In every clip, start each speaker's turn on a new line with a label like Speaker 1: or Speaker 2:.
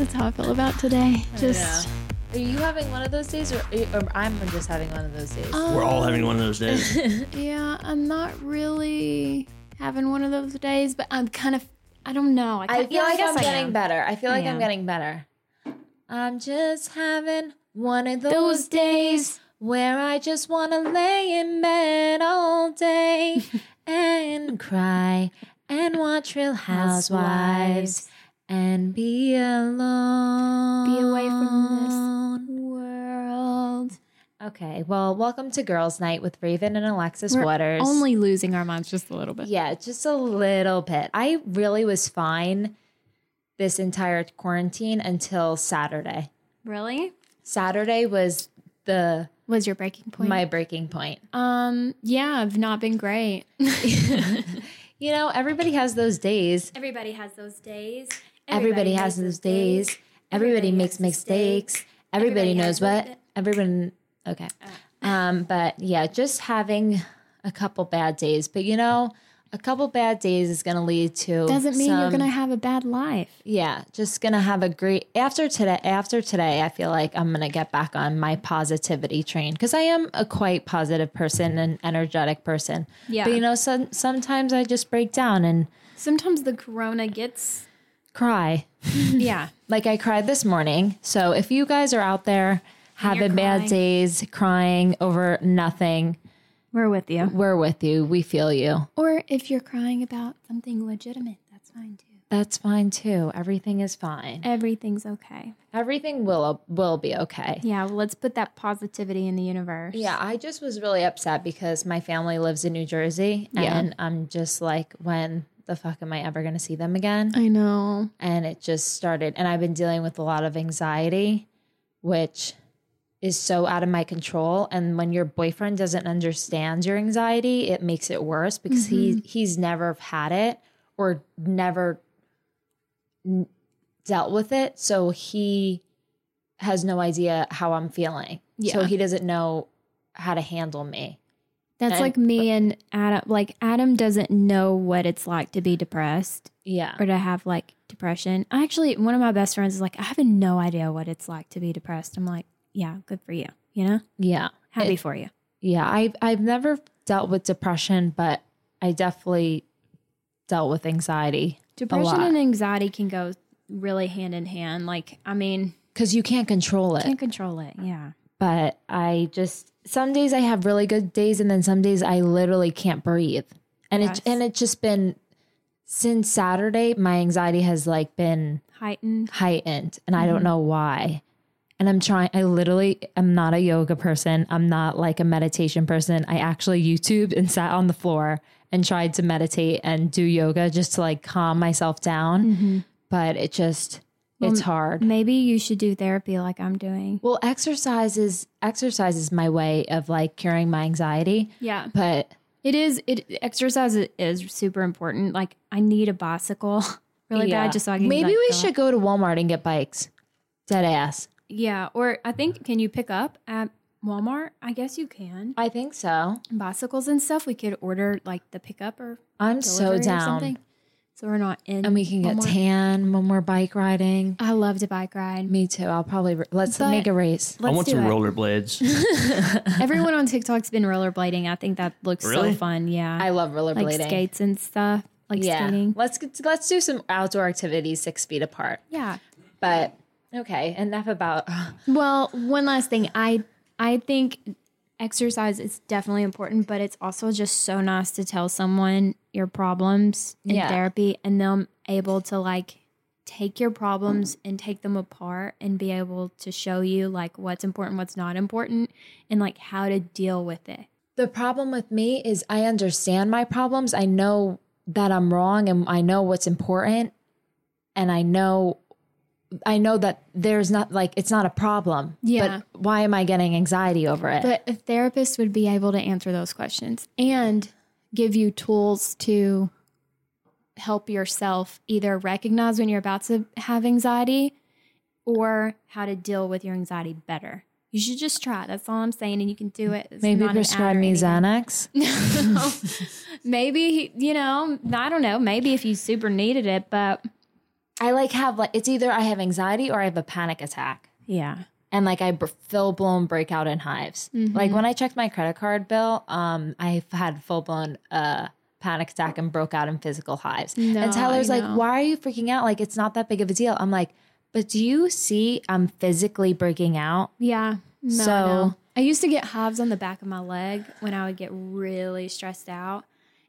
Speaker 1: I feel about today. Just
Speaker 2: Are you having one of those days, or, eh, or I'm just having one of those days?
Speaker 1: Um,
Speaker 3: We're all having one of those days.
Speaker 1: yeah, I'm not really having one of those days, but I'm kind of I don't know. I,
Speaker 2: I
Speaker 1: kinda-
Speaker 2: feel
Speaker 1: yeah,
Speaker 2: like I
Speaker 1: guess
Speaker 2: am getting
Speaker 1: am.
Speaker 2: better. I feel like
Speaker 1: am.
Speaker 2: I'm getting better. I'm just having one of those,
Speaker 1: Those
Speaker 2: days where I just want to lay in bed all day and cry and watch Real Housewives and be alone.
Speaker 1: away from
Speaker 2: this.
Speaker 1: World.
Speaker 2: Okay, well, welcome to Girls Night with Raven and Alexis
Speaker 1: We're
Speaker 2: Waters.
Speaker 1: Only losing our minds just a little bit.
Speaker 2: Yeah, just a little bit. I really was fine this entire quarantine until Saturday.
Speaker 1: Really?
Speaker 2: Saturday was the
Speaker 1: Was your breaking point?
Speaker 2: my breaking point.
Speaker 1: um yeah, I've not been great.
Speaker 2: You know, everybody has those days.
Speaker 1: Everybody has those days.
Speaker 2: Everybody, has those days. Everybody makes mistakes. Everybody,
Speaker 1: Everybody
Speaker 2: knows
Speaker 1: has those
Speaker 2: what. Everyone okay.
Speaker 1: Uh.
Speaker 2: Um but yeah, just having a couple bad days. But you know, a couple bad days is going to lead to
Speaker 1: Doesn't mean you're
Speaker 2: some-
Speaker 1: gonna have a bad life.
Speaker 2: Yeah, just gonna have a great after today. After today, I feel like I'm gonna get back on my positivity train because I am a quite positive person and energetic person.
Speaker 1: Yeah.
Speaker 2: but you know, some, sometimes I just break down and
Speaker 1: Sometimes the corona gets
Speaker 2: cry,
Speaker 1: Yeah.
Speaker 2: like I cried this morning. So if you guys are out there having bad
Speaker 1: crying.
Speaker 2: days, crying over nothing,
Speaker 1: We're with you.
Speaker 2: we're with you. We feel you.
Speaker 1: Or if you're crying about something legitimate, that's fine too.
Speaker 2: That's fine too. Everything is fine.
Speaker 1: Everything's okay.
Speaker 2: Everything will will be okay.
Speaker 1: Yeah, well, let's put that positivity in the universe.
Speaker 2: Yeah, I just was really upset because my family lives in New Jersey
Speaker 1: Yeah.
Speaker 2: and I'm just like, when the fuck am I ever going to see them again?
Speaker 1: I know.
Speaker 2: And it just started. And I've been dealing with a lot of anxiety, which is so out of my control. And when your boyfriend doesn't understand your anxiety, it makes it worse because he he's never had it or never n- dealt with it. So he has no idea how I'm feeling. So
Speaker 1: Yeah.
Speaker 2: he doesn't know how to handle me.
Speaker 1: That's
Speaker 2: And-
Speaker 1: like me and Adam. Like, Adam doesn't know what it's like to be depressed
Speaker 2: Yeah.
Speaker 1: or to have like depression. Actually, one of my best friends is like, I have no idea what it's like to be depressed. I'm like, yeah, good for you. You know,
Speaker 2: Yeah.
Speaker 1: happy
Speaker 2: It-
Speaker 1: for you.
Speaker 2: Yeah. I've I've never dealt with depression, but I definitely dealt with anxiety.
Speaker 1: Depression
Speaker 2: lot.
Speaker 1: and anxiety can go really hand in hand. Like, I mean,
Speaker 2: Because you can't control it.
Speaker 1: can't control it. Yeah.
Speaker 2: But I just some days I have really good days and then some days I literally can't breathe. And
Speaker 1: Yes.
Speaker 2: it and it's just been since Saturday, my anxiety has like been
Speaker 1: Heightened.
Speaker 2: heightened and I
Speaker 1: Mm-hmm.
Speaker 2: don't know why. And I'm trying, I literally am not a yoga person. I'm not like a meditation person. I actually YouTubed and sat on the floor and tried to meditate and do yoga just to like calm myself down.
Speaker 1: Mm-hmm.
Speaker 2: But it just, it's hard.
Speaker 1: Maybe you should do therapy like I'm doing.
Speaker 2: Well, exercise is, exercise is my way of like curing my anxiety.
Speaker 1: Yeah.
Speaker 2: But
Speaker 1: It is. It exercise i- is super important. Like I need a bicycle really
Speaker 2: yeah.
Speaker 1: bad just so I can
Speaker 2: maybe
Speaker 1: like,
Speaker 2: we
Speaker 1: go-
Speaker 2: should go to Walmart and get bikes. Dead ass.
Speaker 1: Yeah, or I think can you pick up at Walmart? I guess you can
Speaker 2: I think so.
Speaker 1: bicycles and stuff. We could order like the pickup or
Speaker 2: I'm
Speaker 1: delivery
Speaker 2: so
Speaker 1: or
Speaker 2: down.
Speaker 1: something. So we're not in.
Speaker 2: And we can get
Speaker 1: Walmart.
Speaker 2: tan when we're bike riding.
Speaker 1: I love to bike ride.
Speaker 2: Me too. I'll probably let's
Speaker 1: But-
Speaker 2: make a race.
Speaker 3: I
Speaker 1: Let's
Speaker 3: want
Speaker 1: do
Speaker 3: some
Speaker 1: it.
Speaker 3: rollerblades.
Speaker 1: Everyone on TikTok's been rollerblading. I think that looks
Speaker 3: Really?
Speaker 1: so fun. Yeah,
Speaker 2: I love rollerblading.
Speaker 1: like skates and stuff. Like
Speaker 2: yeah,
Speaker 1: skating.
Speaker 2: let's get- let's do some outdoor activities six feet apart.
Speaker 1: Yeah.
Speaker 2: But okay, enough about.
Speaker 1: Well, one last thing. I I think exercise is definitely important, but it's also just so nice to tell someone your problems in
Speaker 2: Yeah.
Speaker 1: therapy and them able to like take your problems and take them apart and be able to show you like what's important, what's not important and like how to deal with it.
Speaker 2: The problem with me is I understand my problems. I know that I'm wrong, and I know what's important, and I know. I know that there's not like it's not a problem.
Speaker 1: Yeah.
Speaker 2: But why am I getting anxiety over it?
Speaker 1: But a therapist would be able to answer those questions and give you tools to help yourself either recognize when you're about to have anxiety or how to deal with your anxiety better. You should just try. it. That's all I'm saying, and you can do it. It's
Speaker 2: Maybe
Speaker 1: not an ad
Speaker 2: prescribe
Speaker 1: or
Speaker 2: me
Speaker 1: anything.
Speaker 2: Xanax.
Speaker 1: maybe you know. I don't know. Maybe if you super needed it, but
Speaker 2: I like have like it's either I have anxiety or I have a panic attack,
Speaker 4: Yeah.
Speaker 2: and like I full blown break out in hives.
Speaker 1: Mm-hmm.
Speaker 2: Like when I checked my credit card bill, um, I had full blown uh panic attack and broke out in physical hives.
Speaker 1: No,
Speaker 2: and Tyler's
Speaker 1: I
Speaker 2: like,
Speaker 1: know.
Speaker 2: "Why are you freaking out? Like it's not that big of a deal." I'm like, "But do you see I'm physically breaking out?"
Speaker 1: Yeah. No,
Speaker 2: So-
Speaker 1: no. I used to get hives on the back of my leg when I would get really stressed out.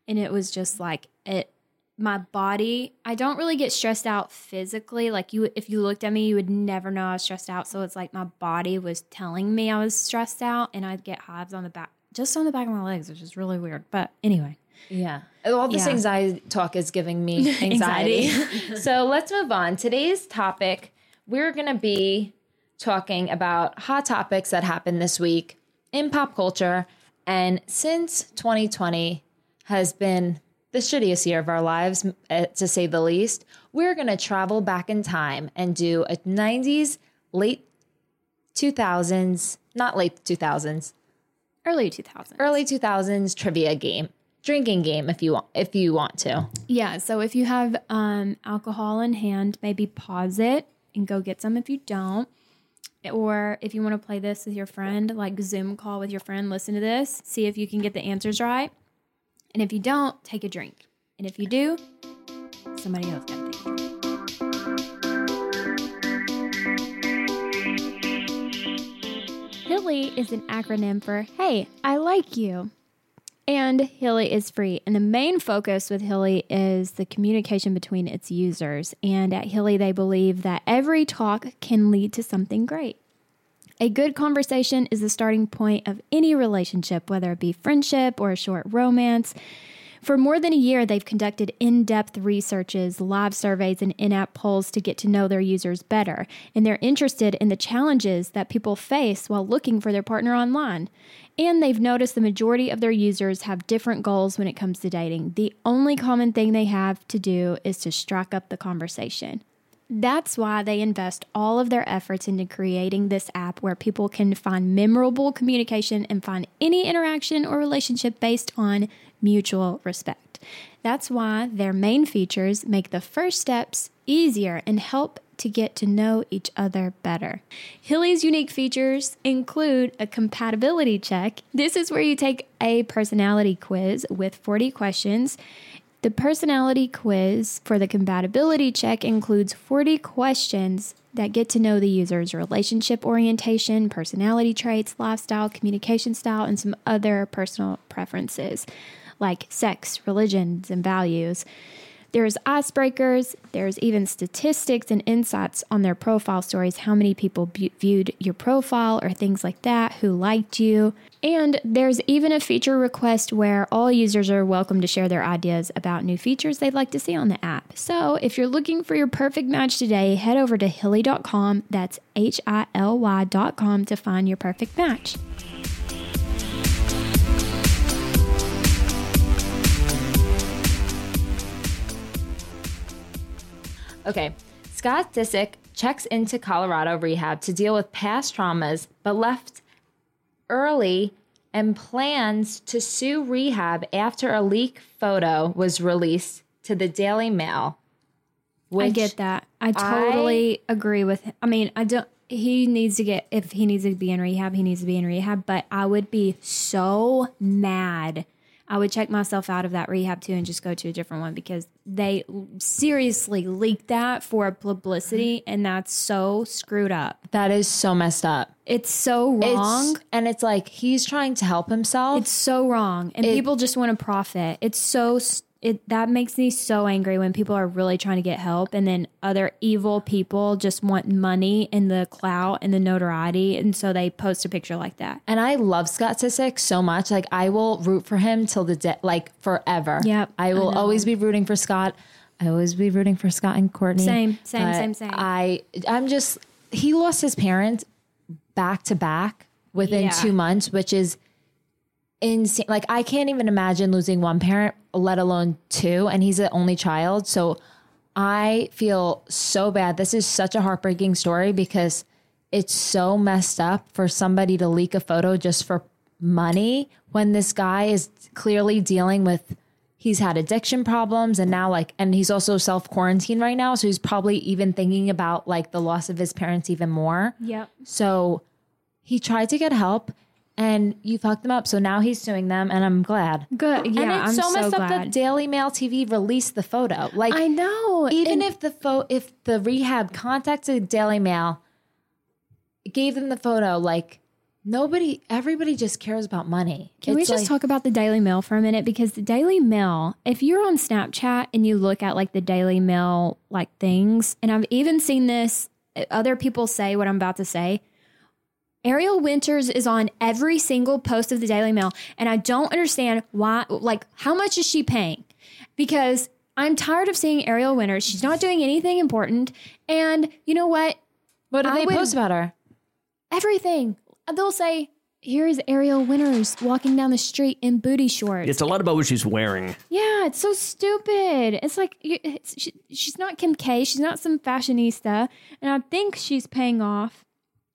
Speaker 1: And it was just like it my body I don't really get stressed out physically. Like you if you looked at me, you would never know I was stressed out. So it's like my body was telling me I was stressed out and I'd get hives on the back just on the back of my legs, which is really weird. But anyway.
Speaker 2: Yeah. All this
Speaker 1: Yeah.
Speaker 2: anxiety talk is giving me anxiety. so let's move on. Today's topic, we're going to be talking about hot topics that happened this week in pop culture. And since 2020 has been the shittiest year of our lives, m- eh, to say the least, we're going to travel back in time and do a 90s, late 2000s, not late 2000s,
Speaker 1: Early two thousand.
Speaker 2: early 2000s trivia game drinking game if you want if you want to
Speaker 1: Yeah. So if you have um, alcohol in hand, maybe pause it and go get some if you don't. Or if you want to play this with your friend, like Zoom call with your friend, listen to this, see if you can get the answers right. And if you don't, take a drink. And if you do, somebody else got to take a drink. Hilly is an acronym for Hey, I Like You and Hilly is free. And the main focus with Hilly is the communication between its users. And at Hilly, they believe that every talk can lead to something great. A good conversation is the starting point of any relationship, whether it be friendship or a short romance. For more than a year, they've conducted in depth researches, live surveys, and in app polls to get to know their users better. And they're interested in the challenges that people face while looking for their partner online. And they've noticed the majority of their users have different goals when it comes to dating. The only common thing they have to do is to strike up the conversation. That's why they invest all of their efforts into creating this app where people can find memorable communication and find any interaction or relationship based on mutual respect. That's why their main features make the first steps easier and help to get to know each other better. Hilly's unique features include a compatibility check. This is where you take a personality quiz with 40 questions. The personality quiz for the compatibility check includes 40 questions that get to know the user's relationship orientation, personality traits, lifestyle, communication style, and some other personal preferences like sex, religions, and values. There's icebreakers, there's even statistics and insights on their profile stories, how many people bu- viewed your profile or things like that, who liked you. And there's even a feature request where all users are welcome to share their ideas about new features they'd like to see on the app. So if you're looking for your perfect match today, head over to hilly.com, that's H I L Y.com, to find your perfect match.
Speaker 2: okay scott disick checks into colorado rehab to deal with past traumas but left early and plans to sue rehab after a leak photo was released to the daily mail which
Speaker 1: I get that. I totally agree with him. I mean, I don't he needs to get if he needs to be in rehab, he needs to be in rehab, but I would be so mad. I would check myself out of that rehab too and just go to a different one because they seriously leaked that for publicity and that's so screwed up.
Speaker 2: that is so messed up
Speaker 1: It's so
Speaker 2: It's-
Speaker 1: wrong. It's,
Speaker 2: and it's like he's trying to help himself
Speaker 1: so wrong. And people just want to profit. It's so s- it that makes me so angry when people are really trying to get help and then other evil people just want money and the clout and the notoriety and so they post a picture like that.
Speaker 2: And I love Scott Sisick so much. Like I will root for him till the de- like forever.
Speaker 1: Yep,
Speaker 2: I will always be rooting for Scott. I always be rooting for Scott and Courtney.
Speaker 1: Same, same,
Speaker 2: But
Speaker 1: same, same.
Speaker 2: I I'm just he lost his parents back to back within
Speaker 1: Yeah.
Speaker 2: 2 months, which is insane. Like I can't even imagine losing one parent, let alone two, and he's the only child. So I feel so bad. This is such a heartbreaking story because it's so messed up for somebody to leak a photo just for money when this guy is clearly dealing with he's had addiction problems and now like and he's also self quarantined right now so he's probably even thinking about like the loss of his parents even more
Speaker 1: Yep.
Speaker 2: so he tried to get help and you fucked him up so now he's suing them and i'm glad
Speaker 1: Good. Yeah.
Speaker 2: and it's
Speaker 1: I'm
Speaker 2: so messed up
Speaker 1: glad.
Speaker 2: that daily mail tv released the photo like
Speaker 1: I know.
Speaker 2: even
Speaker 1: and-
Speaker 2: if the pho- if the rehab contacted Daily Mail, gave them the photo, like nobody, everybody just cares about money.
Speaker 1: Can we
Speaker 2: It's
Speaker 1: just
Speaker 2: like-
Speaker 1: talk about the Daily Mail for a minute? Because the Daily Mail, if you're on Snapchat and you look at like the Daily Mail like things, and I've even seen this, uh, other people say what I'm about to say. Ariel Winters is on every single post of the Daily Mail, and I don't understand why, like, how much is she paying? Because I'm tired of seeing Ariel Winters. She's not doing anything important. And you know what?
Speaker 2: What do
Speaker 1: I
Speaker 2: they
Speaker 1: would-
Speaker 2: post about her?
Speaker 1: everything. They'll say, here is Ariel Winters walking down the street in booty shorts.
Speaker 3: It's a lot about what she's wearing.
Speaker 1: Yeah, it's so stupid. It's like you- it's, she, she's not Kim K. She's not some fashionista. And I think she's paying off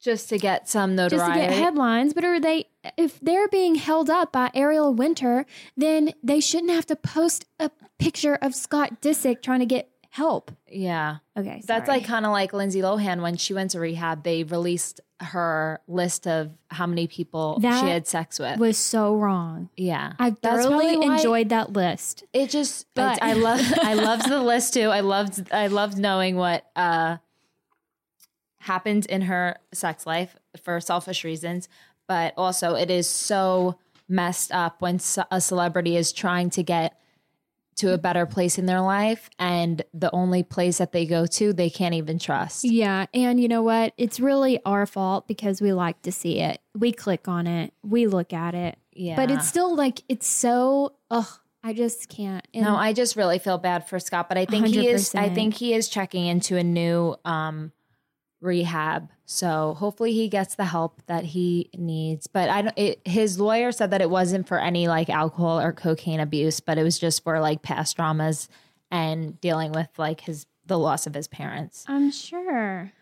Speaker 2: Just to get some
Speaker 1: just to
Speaker 2: notoriety.
Speaker 1: get headlines. But are they, if they're being held up by Ariel Winter, then they shouldn't have to post a picture of Scott Disick trying to get help.
Speaker 2: yeah,
Speaker 1: Okay.
Speaker 2: that's
Speaker 1: sorry.
Speaker 2: like kind of like Lindsay Lohan when she went to rehab. They released her list of how many people
Speaker 1: That
Speaker 2: she had sex with.
Speaker 1: was so wrong.
Speaker 2: yeah,
Speaker 1: I
Speaker 2: That's
Speaker 1: thoroughly
Speaker 2: probably why-
Speaker 1: enjoyed that list.
Speaker 2: It just
Speaker 1: But-
Speaker 2: I, I love I loved the list too. I loved I loved knowing what uh happened in her sex life for selfish reasons, but also it is so messed up when ce- a celebrity is trying to get to a better place in their life and the only place that they go to they can't even trust.
Speaker 1: Yeah. And you know what? It's really our fault because we like to see it. We click on it, we look at it.
Speaker 2: Yeah.
Speaker 1: But it's still like, it's so, ugh, I just can't. And
Speaker 2: No, I just really feel bad for Scott, but I think he is. I
Speaker 1: 100%.
Speaker 2: think he is checking into a new um, rehab, so hopefully he gets the help that he needs. But I don't. It, his lawyer said that it wasn't for any like alcohol or cocaine abuse, but it was just for like past traumas and dealing with like his the loss of his parents.
Speaker 1: I'm sure.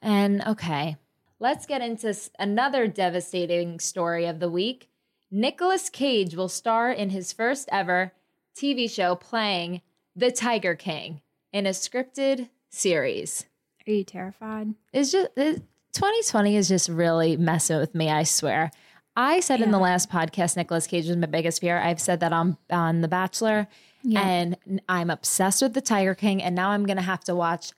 Speaker 2: And okay, let's get into s- another devastating story of the week. Nicolas Cage will star in his first ever TV show playing the Tiger King in a scripted series.
Speaker 1: Are you terrified?
Speaker 2: It's just it, 2020 is just really messing with me, I swear. I said in the
Speaker 1: Yeah.
Speaker 2: last podcast Nicolas Cage was my biggest fear. I've said that on on The Bachelor
Speaker 1: Yeah.
Speaker 2: and I'm obsessed with the Tiger King and now I'm going to have to watch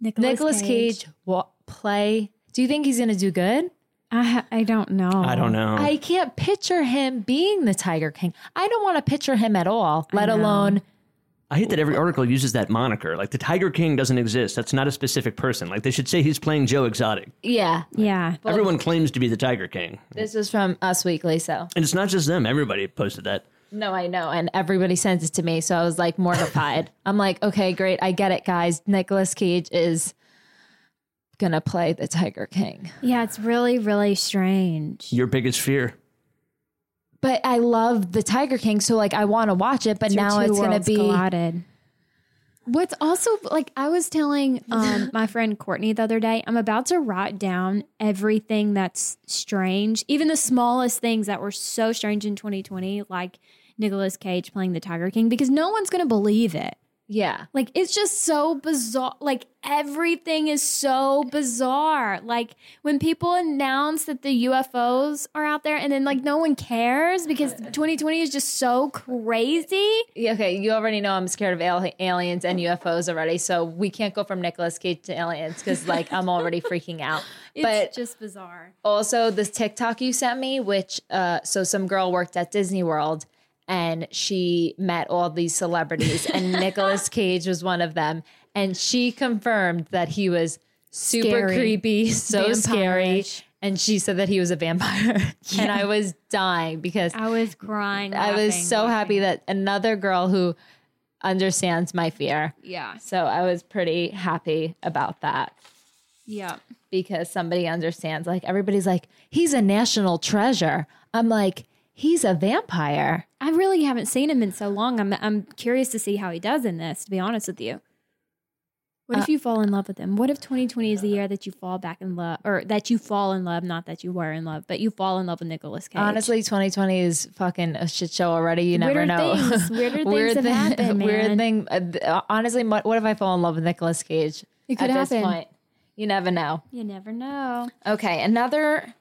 Speaker 1: Nicholas,
Speaker 2: Nicholas Cage, wa- play. Do you think he's going to do good?
Speaker 1: I, ha- I don't know.
Speaker 3: I don't know.
Speaker 2: I can't picture him being the Tiger King. I don't want to picture him at all, let alone.
Speaker 3: I hate that every article uses that moniker. Like the Tiger King doesn't exist. That's not a specific person. Like they should say he's playing Joe Exotic.
Speaker 2: Yeah.
Speaker 1: Yeah.
Speaker 3: Everyone claims to be the Tiger King.
Speaker 2: This is from Us Weekly. So,
Speaker 3: And it's not just them. Everybody posted that.
Speaker 2: no, I know. And everybody sends it to me. So I was like mortified. I'm like, okay, great. I get it, guys. Nicolas Cage is going to play the Tiger King.
Speaker 1: Yeah. It's really, really strange.
Speaker 3: Your biggest fear.
Speaker 2: But I love the Tiger King. So, like, I want to watch it. But
Speaker 1: Your
Speaker 2: now
Speaker 1: two
Speaker 2: it's going to
Speaker 1: worlds
Speaker 2: be.
Speaker 1: collided. What's also like I was telling um, my friend Courtney the other day, I'm about to write down everything that's strange, even the smallest things that were so strange in 2020, like Nicolas Cage playing the Tiger King, because no one's gonna believe it.
Speaker 2: Yeah.
Speaker 1: Like it's just so bizarre. Like everything is so bizarre. Like when people announce that the UFOs are out there, and then like no one cares because 2020 is just so crazy.
Speaker 2: Yeah, Okay, you already know I'm scared of al- aliens and UFOs already, so we can't go from Nicolas Cage to aliens because like I'm already freaking out. but
Speaker 1: It's just bizarre.
Speaker 2: also this TikTok you sent me, which uh, so some girl worked at Disney World and she met all these celebrities, and Nicolas Cage was one of them, and she confirmed that he was super
Speaker 1: Scary.
Speaker 2: creepy, so scary,
Speaker 1: Vampire-ish.
Speaker 2: and she said that he was a vampire, and I was dying because
Speaker 1: I was crying.
Speaker 2: I was so happy that another girl who understands my fear.
Speaker 1: Yeah.
Speaker 2: So I was pretty happy about that
Speaker 1: Yeah.
Speaker 2: because somebody understands. Like everybody's like, he's a national treasure. I'm like, he's a vampire.
Speaker 1: I really haven't seen him in so long. I'm I'm curious to see how he does in this, to be honest with you. What if you fall in love with them? What if 2020 is the year that you fall back in love, or that you fall in love, not that you were in love, but you fall in love with Nicolas Cage?
Speaker 2: Honestly, 2020 is fucking a shit show already. You never
Speaker 1: Weirder
Speaker 2: know.
Speaker 1: things- weirder things
Speaker 2: Weird
Speaker 1: have
Speaker 2: thing-
Speaker 1: happened,
Speaker 2: Weird
Speaker 1: man.
Speaker 2: thing. uh, th- uh, Honestly, what, what if I fall in love with Nicolas Cage?
Speaker 1: It could
Speaker 2: at this
Speaker 1: happen.
Speaker 2: point, you never know.
Speaker 1: you never know.
Speaker 2: Okay, another,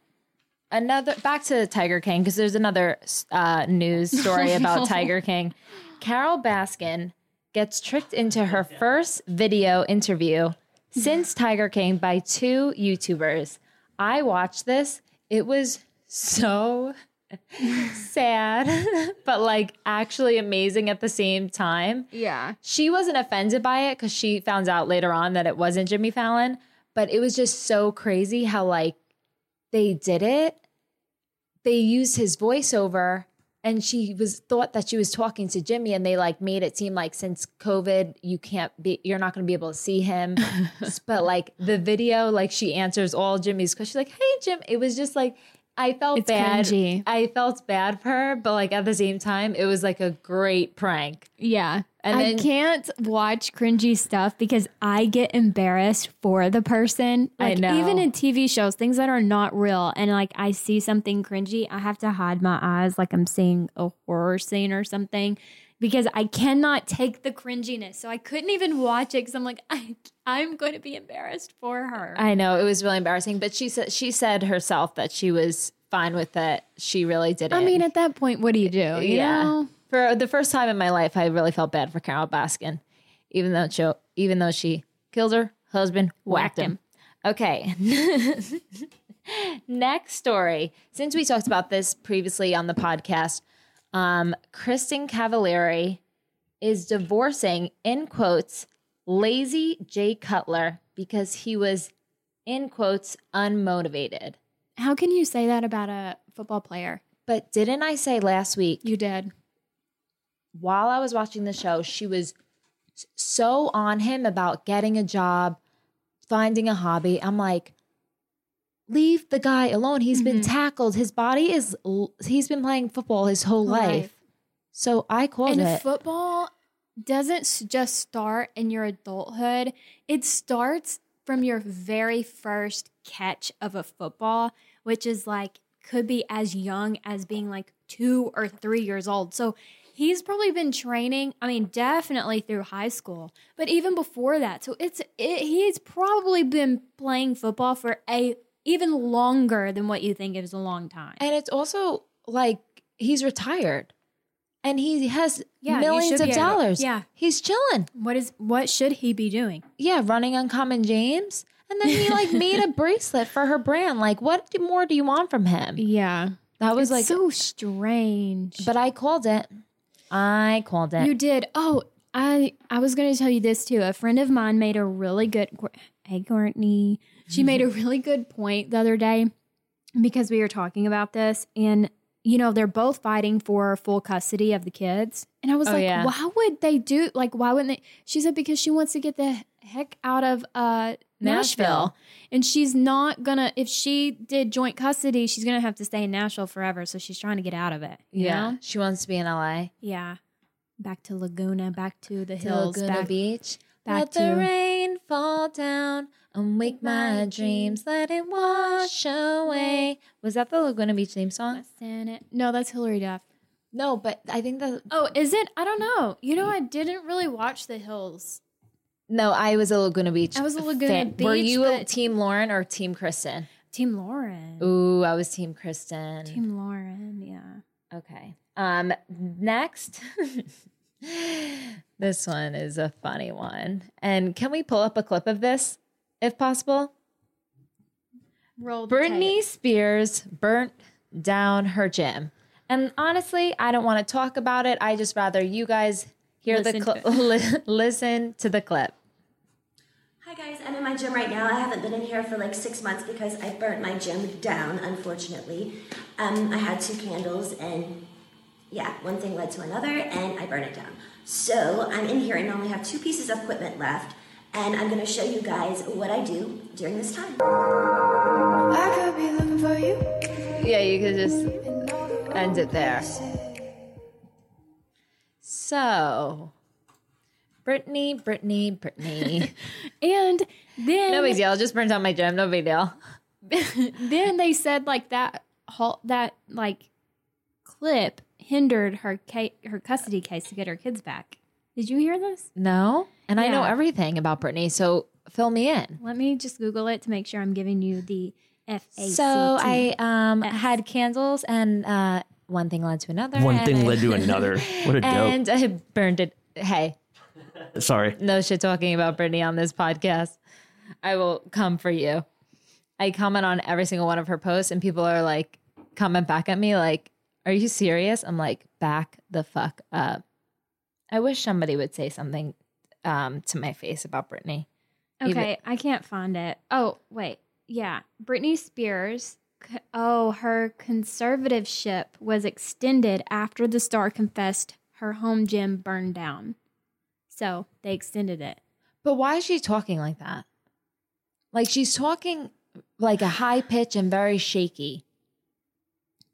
Speaker 2: another. Back to Tiger King because there's another uh, news story about Tiger King. Carol Baskin gets tricked into her first video interview since Tiger King by two YouTubers. I watched this. It was so sad, but like actually amazing at the same time
Speaker 1: Yeah.
Speaker 2: she wasn't offended by it because she found out later on that it wasn't Jimmy Fallon. But it was just so crazy how like they did it. They used his voiceover, and she was thought that she was talking to Jimmy, and they like made it seem like since COVID you can't be, you're not going to be able to see him. but like the video, like she answers all Jimmy's questions, like, "Hey Jim," it was just like. I felt
Speaker 1: It's
Speaker 2: bad.
Speaker 1: cringy.
Speaker 2: I felt bad for her, but like at the same time, it was like a great prank.
Speaker 1: Yeah.
Speaker 2: And
Speaker 1: I
Speaker 2: then-
Speaker 1: can't watch cringy stuff because I get embarrassed for the person.
Speaker 2: I
Speaker 1: Like,
Speaker 2: know.
Speaker 1: Even in TV shows, things that are not real, and like I see something cringy, I have to hide my eyes like I'm seeing a horror scene or something because I cannot take the cringiness. So I couldn't even watch it because I'm like, I, I'm going to be embarrassed for her.
Speaker 2: I know it was really embarrassing, but she said she said herself that she was fine with it. She really didn't.
Speaker 1: I mean, at that point, what do you do? You
Speaker 2: yeah.
Speaker 1: know?
Speaker 2: For the first time in my life, I really felt bad for Carol Baskin, even though she, even though she killed her husband, whacked,
Speaker 1: Whacked
Speaker 2: him. Okay. Next story. Since we talked about this previously on the podcast, um, Kristen Cavallari is divorcing in quotes lazy Jay Cutler because he was in quotes unmotivated.
Speaker 1: How can you say that about a football player?
Speaker 2: But didn't I say last week
Speaker 1: You did.
Speaker 2: while I was watching the show, she was s- so on him about getting a job, finding a hobby. I'm like, leave the guy alone. He's been
Speaker 1: Mm-hmm.
Speaker 2: tackled. His body is, l- he's been playing football his whole life.
Speaker 1: Life.
Speaker 2: So I called
Speaker 1: and
Speaker 2: it.
Speaker 1: football doesn't s- just start in your adulthood it starts from your very first catch of a football which is like could be as young as being like two or three years old so he's probably been training i mean definitely through high school but even before that so it's it, he's probably been playing football for a even longer than what you think is a long time
Speaker 2: and it's also like he's retired and he has
Speaker 1: Yeah, you
Speaker 2: millions
Speaker 1: should
Speaker 2: of
Speaker 1: be able-
Speaker 2: dollars.
Speaker 1: yeah.
Speaker 2: He's chilling.
Speaker 1: what is what should he be doing
Speaker 2: Yeah. Running on Common James. And then he like made a bracelet for her brand. Like, what do- more do you want from him?
Speaker 1: yeah
Speaker 2: That was
Speaker 1: It's
Speaker 2: like
Speaker 1: so strange.
Speaker 2: But I called it. I called it.
Speaker 1: you did. Oh, I I was going to tell you this too. A friend of mine made a really good. Hey, Courtney.
Speaker 2: Mm-hmm.
Speaker 1: She made a really good point the other day because we were talking about this, and you know they're both fighting for full custody of the kids, and I was
Speaker 2: Oh,
Speaker 1: like,
Speaker 2: yeah.
Speaker 1: why would they do? Like, why wouldn't they? She said because she wants to get the heck out of uh
Speaker 2: Nashville.
Speaker 1: Nashville. And she's not gonna, if she did joint custody, she's gonna have to stay in Nashville forever. So she's trying to get out of it. You
Speaker 2: yeah.
Speaker 1: Know?
Speaker 2: She wants to be in LA.
Speaker 1: Yeah. Back to Laguna, back to the
Speaker 2: To
Speaker 1: hills,
Speaker 2: Laguna
Speaker 1: back
Speaker 2: Beach.
Speaker 1: back
Speaker 2: Let the
Speaker 1: to-
Speaker 2: rain fall down and wake my dreams. Let it wash away. Was that the Laguna Beach theme song?
Speaker 1: Senate. No, that's Hillary Duff.
Speaker 2: No, but I think that
Speaker 1: Oh, is it? I don't know. You know, I didn't really watch The Hills.
Speaker 2: no, I was a Laguna Beach.
Speaker 1: I was a Laguna
Speaker 2: Were
Speaker 1: Beach,
Speaker 2: you a
Speaker 1: but-
Speaker 2: team Lauren or team Kristen?
Speaker 1: Team Lauren.
Speaker 2: Ooh, I was team Kristen.
Speaker 1: Team Lauren, yeah.
Speaker 2: Okay. Um next this one is a funny one. And can we pull up a clip of this if possible?
Speaker 1: Roll the
Speaker 2: Britney
Speaker 1: tape.
Speaker 2: Spears burnt down her gym. And honestly, I don't want to talk about it. I just rather you guys hear
Speaker 1: Listen
Speaker 2: the
Speaker 1: to
Speaker 2: clip li- listen to the clip.
Speaker 4: Hi guys, I'm in my gym right now. I haven't been in here for like six months because I burnt my gym down, unfortunately. Um, I had two candles and yeah, one thing led to another and I burnt it down. So I'm in here and I only have two pieces of equipment left and I'm gonna show you guys what I do during this time.
Speaker 5: I could be looking for you.
Speaker 2: Yeah, you could just
Speaker 5: in all the
Speaker 2: end it there.
Speaker 5: roses.
Speaker 2: So, Brittany, Brittany, Brittany.
Speaker 1: And then
Speaker 2: no big deal. Just burns out my gym. No big deal.
Speaker 1: then they said like that halt that like clip hindered her ca- her custody case to get her kids back. Did you hear this?
Speaker 2: No. And I know
Speaker 1: Yeah.
Speaker 2: everything about Brittany. So fill me in.
Speaker 1: Let me just Google it to make sure I'm giving you the FAC.
Speaker 2: So I um,
Speaker 1: Yes.
Speaker 2: had candles and uh, one thing led to another.
Speaker 3: One
Speaker 2: and
Speaker 3: thing
Speaker 2: I-
Speaker 3: led to another. What a dope.
Speaker 2: And I burned it. Hey,
Speaker 3: Sorry.
Speaker 2: no shit talking about Brittany on this podcast. I will come for you. I comment on every single one of her posts, and people are like, comment back at me, like, are you serious? I'm like, back the fuck up. I wish somebody would say something um, to my face about Brittany.
Speaker 1: okay, I can't find it. Oh wait, yeah, Britney Spears. c- Oh, her conservativeship was extended after the star confessed her home gym burned down. So they extended it.
Speaker 2: But why is she talking like that? Like, she's talking like a high pitch and very shaky.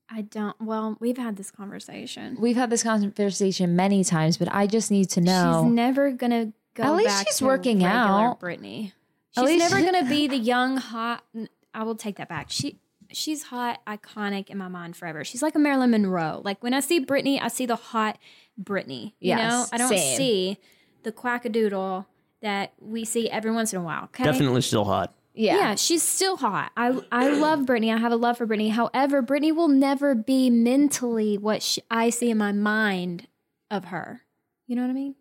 Speaker 1: I don't. Well, we've had this conversation.
Speaker 2: We've had this conversation many times, but I just need to know.
Speaker 1: She's never gonna go.
Speaker 2: At least
Speaker 1: back
Speaker 2: she's
Speaker 1: to
Speaker 2: working
Speaker 1: regular
Speaker 2: out.
Speaker 1: Brittany.
Speaker 2: At
Speaker 1: She's
Speaker 2: least-
Speaker 1: never gonna be the young hot. n- I will take that back. She she's hot, iconic in my mind forever. She's like a Marilyn Monroe. Like when I see Brittany, I see the hot Brittany. You
Speaker 2: Yes,
Speaker 1: know, I don't
Speaker 2: same.
Speaker 1: see the quackadoodle that we see every once in a while. Okay?
Speaker 3: Definitely still hot.
Speaker 1: Yeah. she's still hot. I I love Brittany. I have a love for Brittany. However, Brittany will never be mentally what sh I see in my mind of her. You know what I mean?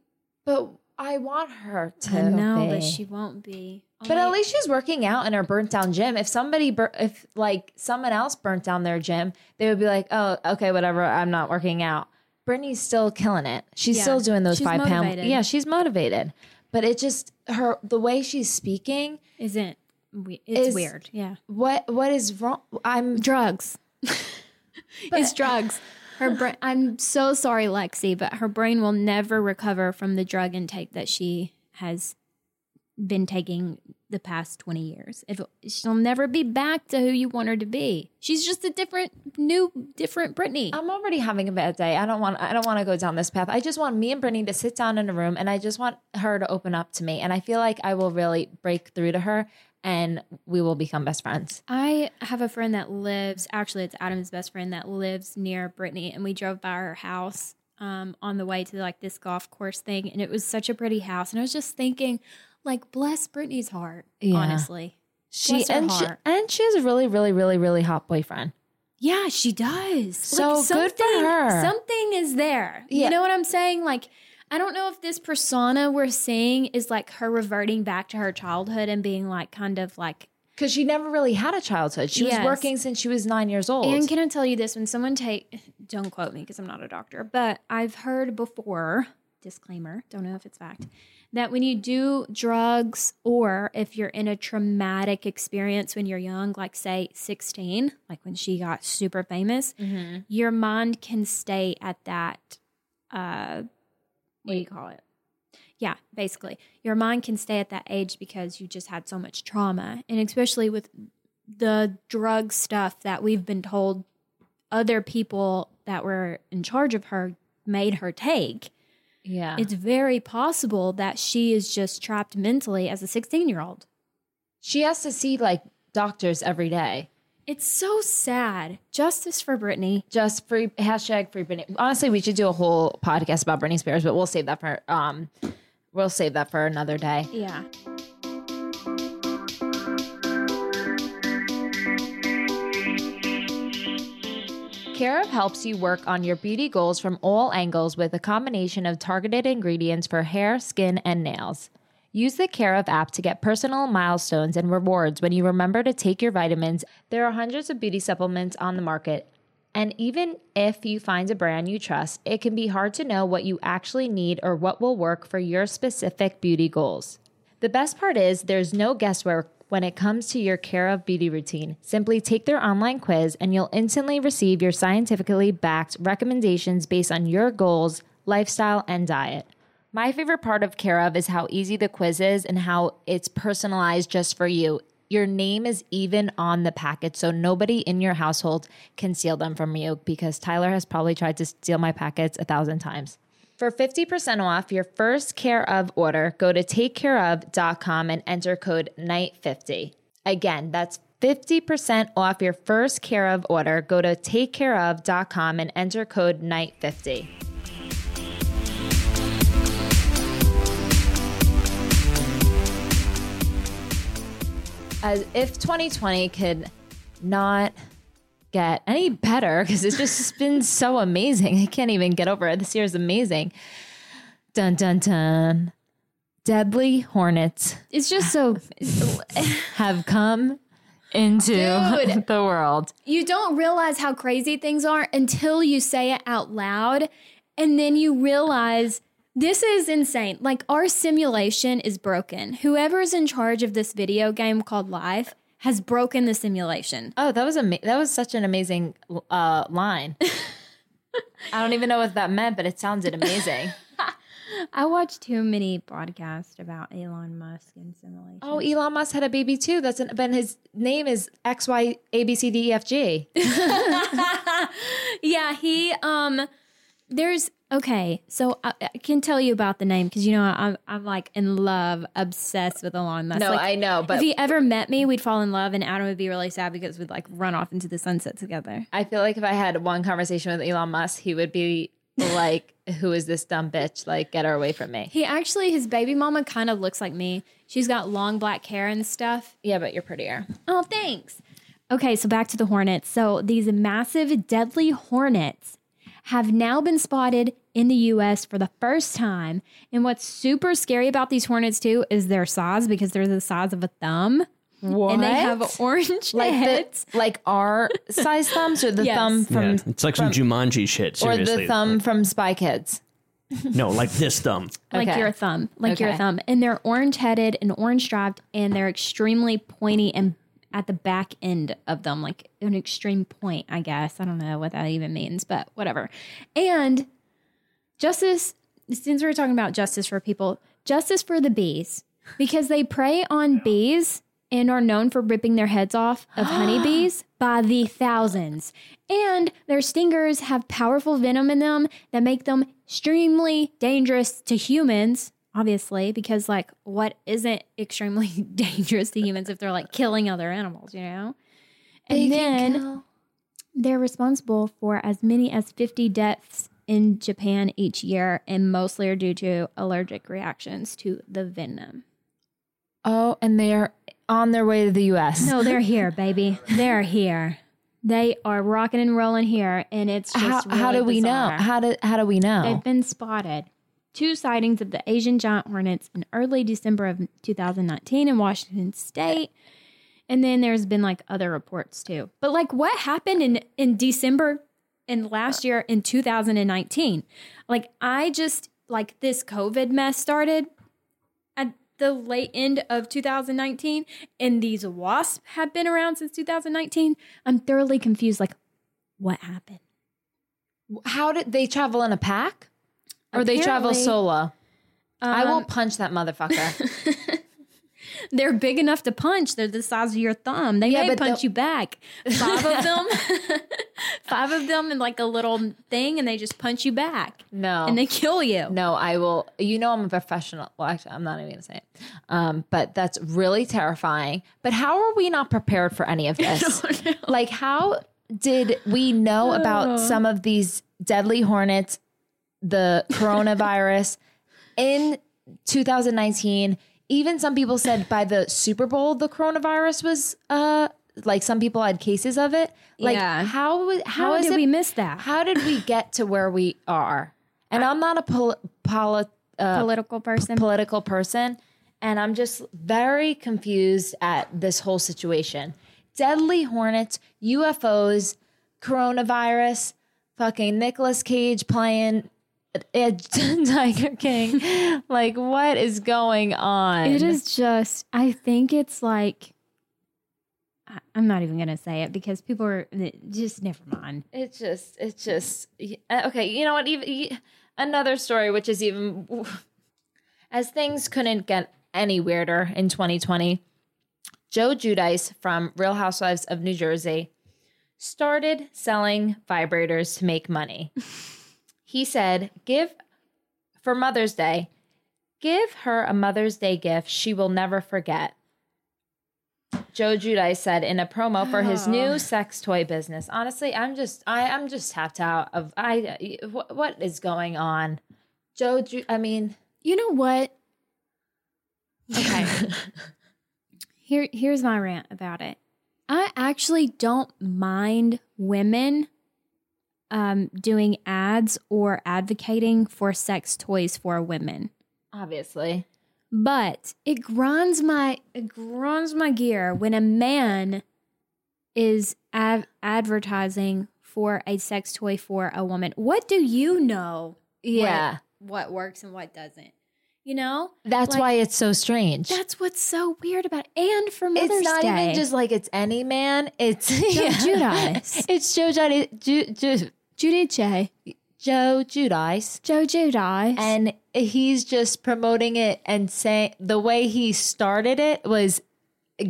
Speaker 2: But I want her to.
Speaker 1: I know, but
Speaker 2: be.
Speaker 1: she won't be. Oh,
Speaker 2: But at
Speaker 1: Only-
Speaker 2: least she's working out in her burnt down gym. If somebody, bur- if like someone else burnt down their gym, they would be like, "Oh, okay, whatever. I'm not working out." Brittany's still killing it. She's
Speaker 1: Yeah,
Speaker 2: still doing those
Speaker 1: she's
Speaker 2: five pound.
Speaker 1: motivated.
Speaker 2: Yeah, she's motivated. But it just her the way she's speaking.
Speaker 1: isn't. we- It's
Speaker 2: Is-
Speaker 1: weird. Yeah.
Speaker 2: What what is wrong? I'm
Speaker 1: drugs. it's drugs. Her brain. I'm so sorry, Lexi, but her brain will never recover from the drug intake that she has been taking the past 20 years. It, she'll never be back to who you want her to be. She's just a different, new, different Brittany.
Speaker 2: I'm already having a bad day. I don't want I don't want to go down this path. I just want me and Brittany to sit down in a room and I just want her to open up to me. And I feel like I will really break through to her and we will become best friends.
Speaker 1: I have a friend that lives, actually, it's Adam's best friend that lives near Brittany, and we drove by her house um, on the way to like this golf course thing, and it was such a pretty house. And I was just thinking, like, bless Brittany's heart,
Speaker 2: Yeah.
Speaker 1: honestly.
Speaker 2: She
Speaker 1: Bless her
Speaker 2: and she,
Speaker 1: heart.
Speaker 2: and she has a really, really, really, really hot boyfriend.
Speaker 1: Yeah, she does.
Speaker 2: So good for
Speaker 1: something-
Speaker 2: her.
Speaker 1: Something is there.
Speaker 2: Yeah.
Speaker 1: You know what I'm saying? Like, I don't know if this persona we're seeing is like her reverting back to her childhood and being like kind of like
Speaker 2: Because she never really had a childhood. She
Speaker 1: Yes.
Speaker 2: was working since she was nine years old.
Speaker 1: And can I tell you this? When someone take, don't quote me because I'm not a doctor, but I've heard before, disclaimer, don't know if it's fact, that when you do drugs or if you're in a traumatic experience when you're young, like say 16, like when she got super famous, your mind can stay at that, uh, what do you call it? Yeah, basically, your mind can stay at that age because you just had so much trauma. And especially with the drug stuff that we've been told other people that were in charge of her made her take.
Speaker 2: yeah.
Speaker 1: It's very possible that she is just trapped mentally as a 16 year old.
Speaker 2: she has to see like doctors every day.
Speaker 1: It's so sad. Justice for Brittany.
Speaker 2: Just free hashtag free Britney. Honestly, we should do a whole podcast about Britney Spears, but we'll save that for um we'll save that for another day.
Speaker 1: Yeah.
Speaker 2: Care of helps you work on your beauty goals from all angles with a combination of targeted ingredients for hair, skin, and nails. Use the Care of app to get personal milestones and rewards when you remember to take your vitamins. There are hundreds of beauty supplements on the market, and even if you find a brand you trust, it can be hard to know what you actually need or what will work for your specific beauty goals. The best part is there's no guesswork when it comes to your care of beauty routine. Simply take their online quiz and you'll instantly receive your scientifically backed recommendations based on your goals, lifestyle, and diet. My favorite part of Care of is how easy the quiz is and how it's personalized just for you. Your name is even on the packet, so nobody in your household can steal them from you because Tyler has probably tried to steal my packets a thousand times. For 50% off your first care of order, go to takecareof.com and enter code NIGHT50. Again, that's 50% off your first care of order. Go to takecareof.com and enter code NIGHT50. As if 2020 could not get any better because it's just been so amazing. I can't even get over it. This year is amazing. Dun dun dun. Deadly hornets
Speaker 1: It's just so
Speaker 2: have come into
Speaker 1: Dude.
Speaker 2: the world.
Speaker 1: you don't realize how crazy things are until you say it out loud and then you realize this is insane. Like our simulation is broken. Whoever is in charge of this video game called Life has broken the simulation.
Speaker 2: Oh, that was ama- that was such an amazing uh, line. I don't even know what that meant, but it sounded amazing.
Speaker 1: I watch too many podcasts about Elon Musk and simulation.
Speaker 2: oh, Elon Musk had a baby too. That's an, but his name is X Y A B C D E F G.
Speaker 1: Yeah, he um there's okay, so I, I can tell you about the name because you know I'm I'm like in love, obsessed with Elon Musk.
Speaker 2: No,
Speaker 1: Like,
Speaker 2: I know, but
Speaker 1: if he ever met me, we'd fall in love, and Adam would be really sad because we'd like run off into the sunset together.
Speaker 2: I feel like if I had one conversation with Elon Musk, he would be like, "Who is this dumb bitch? Like, get her away from me."
Speaker 1: He actually, his baby mama kind of looks like me. She's got long black hair and stuff.
Speaker 2: Yeah, but you're prettier.
Speaker 1: Oh, thanks. Okay, so back to the hornets. So these massive, deadly hornets have now been spotted in the US for the first time. And what's super scary about these hornets, too, is their size because they're the size of a thumb.
Speaker 2: What?
Speaker 1: And they have orange
Speaker 2: like
Speaker 1: heads.
Speaker 2: the, like our size thumbs or the
Speaker 1: Yes.
Speaker 2: thumb from
Speaker 3: yeah, it's like some Jumanji shit.
Speaker 2: or
Speaker 3: Seriously,
Speaker 2: the thumb from Spy Kids.
Speaker 3: no, like this thumb.
Speaker 2: Okay.
Speaker 1: like your thumb, like your
Speaker 2: Okay.
Speaker 1: thumb. And they're orange headed and orange striped, and they're extremely pointy and at the back end of them, like an extreme point, I guess. I don't know what that even means, but whatever. And justice, since we were talking about justice for people, justice for the bees, because they prey on bees and are known for ripping their heads off of honeybees by the thousands. And their stingers have powerful venom in them that make them extremely dangerous to humans, obviously, because, like, what isn't extremely dangerous to humans if they're like killing other animals, you know? And then they're responsible for as many as 50 deaths in Japan each year, and mostly are due to allergic reactions to the venom.
Speaker 2: oh, and they are on their way to the U.S.
Speaker 1: No, they're here, baby. They're here. They are rocking and rolling here, and it's just
Speaker 2: how, how
Speaker 1: really
Speaker 2: do we know?
Speaker 1: bizarre.
Speaker 2: How do how do we know?
Speaker 1: They've been spotted. Two sightings of the Asian giant hornets in early December of 2019 in Washington state. And then there's been like other reports too. But like what happened in in December and last year in 2019? Like I just like this COVID mess started at the late end of 2019 and these wasps have been around since 2019. I'm thoroughly confused like what happened?
Speaker 2: how did they travel in a pack? Or they travel
Speaker 1: Apparently-
Speaker 2: solo? I will
Speaker 1: Um,
Speaker 2: punch that motherfucker.
Speaker 1: They're big enough to punch. They're the size of your thumb. They
Speaker 2: Yeah,
Speaker 1: may
Speaker 2: but
Speaker 1: punch
Speaker 2: the-
Speaker 1: you back. Five of them, five of them in like a little thing, and they just punch you back
Speaker 2: no,
Speaker 1: and they kill you.
Speaker 2: No, I will. You know, I'm a professional. Well, actually, I'm not even going to say it. Um, but that's really terrifying. But how are we not prepared for any of this? Like, how did we know
Speaker 1: Oh.
Speaker 2: about some of these deadly hornets, the coronavirus in 2019? Even some people said by the Super Bowl, the coronavirus was uh, like some people had cases of it. Like,
Speaker 1: Yeah.
Speaker 2: how, was-
Speaker 1: How,
Speaker 2: how is
Speaker 1: did
Speaker 2: it
Speaker 1: we miss that?
Speaker 2: how did we get to where we are? And I'm not a pol- poli- uh,
Speaker 1: Political person.
Speaker 2: political person, and I'm just very confused at this whole situation. Deadly hornets, UFOs, coronavirus, fucking Nicolas Cage playing Ed Tiger King. like, what is going on?
Speaker 1: It is just, I think it's like, I- I'm not even going to say it because people are just, never mind.
Speaker 2: It just, it just, y- uh, okay, you know what? Even y- another story, which is even as things couldn't get any weirder in 2020, Joe Judice from Real Housewives of New Jersey started selling vibrators to make money. he said, Give for Mother's Day, give her a Mother's Day gift she will never forget. Joe Judice said in a promo for his new sex toy business. Honestly, I'm just I I'm just tapped out of I what, what is going on. Joe, Ju- I mean,
Speaker 1: You know what? Okay. Here here's my rant about it. I actually don't mind women um, doing ads or advocating for sex toys for women.
Speaker 2: obviously,
Speaker 1: But it grinds my it grinds my gear when a man is ad- advertising for a sex toy for a woman. What do you know?
Speaker 2: Yeah.
Speaker 1: what, what works and what doesn't? You know,
Speaker 2: that's
Speaker 1: Like-
Speaker 2: why it's so strange.
Speaker 1: that's what's so weird about. It. And for Mother's
Speaker 2: It's not
Speaker 1: Day,
Speaker 2: even just like it's any man. It's
Speaker 1: Judice.
Speaker 2: it's Joe Judice. Ju, Ju,
Speaker 1: Judy J,
Speaker 2: Joe Judice.
Speaker 1: Joe Judice,
Speaker 2: and he's just promoting it and saying the way he started it was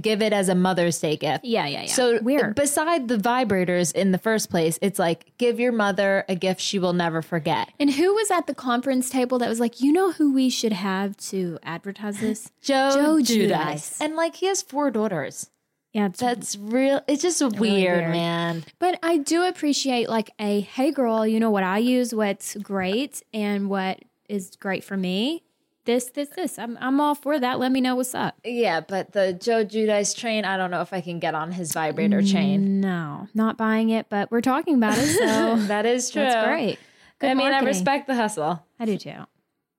Speaker 2: give it as a Mother's Day gift.
Speaker 1: yeah, yeah, yeah.
Speaker 2: So
Speaker 1: weird.
Speaker 2: beside the vibrators in the first place, it's like give your mother a gift she will never forget.
Speaker 1: and who was at the conference table that was like, you know, who we should have to advertise this?
Speaker 2: Joe,
Speaker 1: Joe
Speaker 2: Judice.
Speaker 1: Judice.
Speaker 2: And like he has four daughters.
Speaker 1: Yeah, it's
Speaker 2: That's real it's just weird,
Speaker 1: weird.
Speaker 2: man.
Speaker 1: But I do appreciate like a hey girl, you know what I use, what's great and what is great for me. This, this, this. I'm I'm all for that. Let me know what's up.
Speaker 2: Yeah, but the Joe Judice train, I don't know if I can get on his vibrator chain.
Speaker 1: No, not buying it, but we're talking about it, so
Speaker 2: That is true.
Speaker 1: that's great. Good
Speaker 2: I mean,
Speaker 1: marketing.
Speaker 2: I respect the hustle.
Speaker 1: I do too.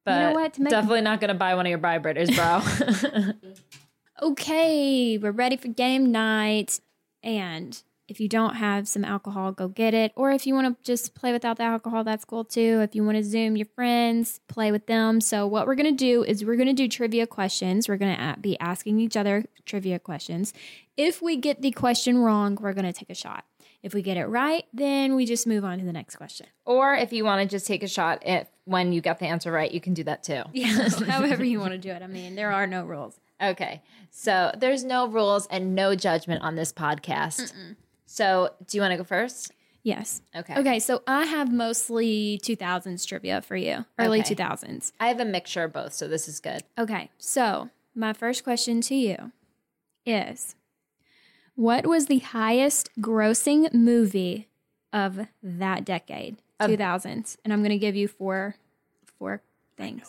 Speaker 2: But
Speaker 1: know what? To make-
Speaker 2: definitely not going to buy one of your vibrators, bro.
Speaker 1: Okay, we're ready for game night. And if you don't have some alcohol, go get it. Or if you want to just play without the alcohol, that's cool too. If you want to Zoom your friends, play with them. So, what we're going to do is we're going to do trivia questions. We're going to be asking each other trivia questions. If we get the question wrong, we're going to take a shot. If we get it right, then we just move on to the next question.
Speaker 2: Or if you want to just take a shot if when you got the answer right, you can do that too.
Speaker 1: Yeah, however you want to do it. I mean, there are no rules.
Speaker 2: Okay. So there's no rules and no judgment on this podcast. So do you want to go first?
Speaker 1: Yes.
Speaker 2: Okay.
Speaker 1: Okay, so I have mostly 2000s trivia for you, early
Speaker 2: Okay.
Speaker 1: 2000s.
Speaker 2: I have a mixture of both, so this is good.
Speaker 1: Okay, so my first question to you is What was the highest grossing movie of that decade, 2000s? And I'm going to give you four four things.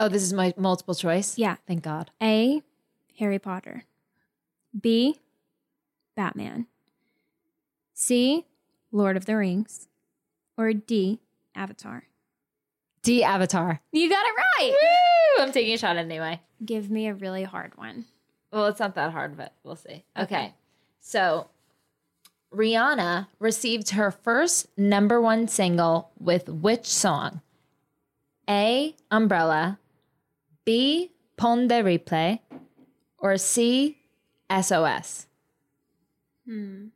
Speaker 2: Oh, this is my multiple choice?
Speaker 1: Yeah.
Speaker 2: Thank God.
Speaker 1: A. Harry Potter. B. Batman. C. Lord of the Rings. Or D. Avatar.
Speaker 2: D Avatar.
Speaker 1: You got it right.
Speaker 2: Woo! I'm taking a shot anyway.
Speaker 1: Give me a really hard one.
Speaker 2: Well, it's not that hard, but we'll see. Okay. So Rihanna received her first number one single with which song? A. Umbrella, B. Pon de Replay, or C. SOS. Hmm.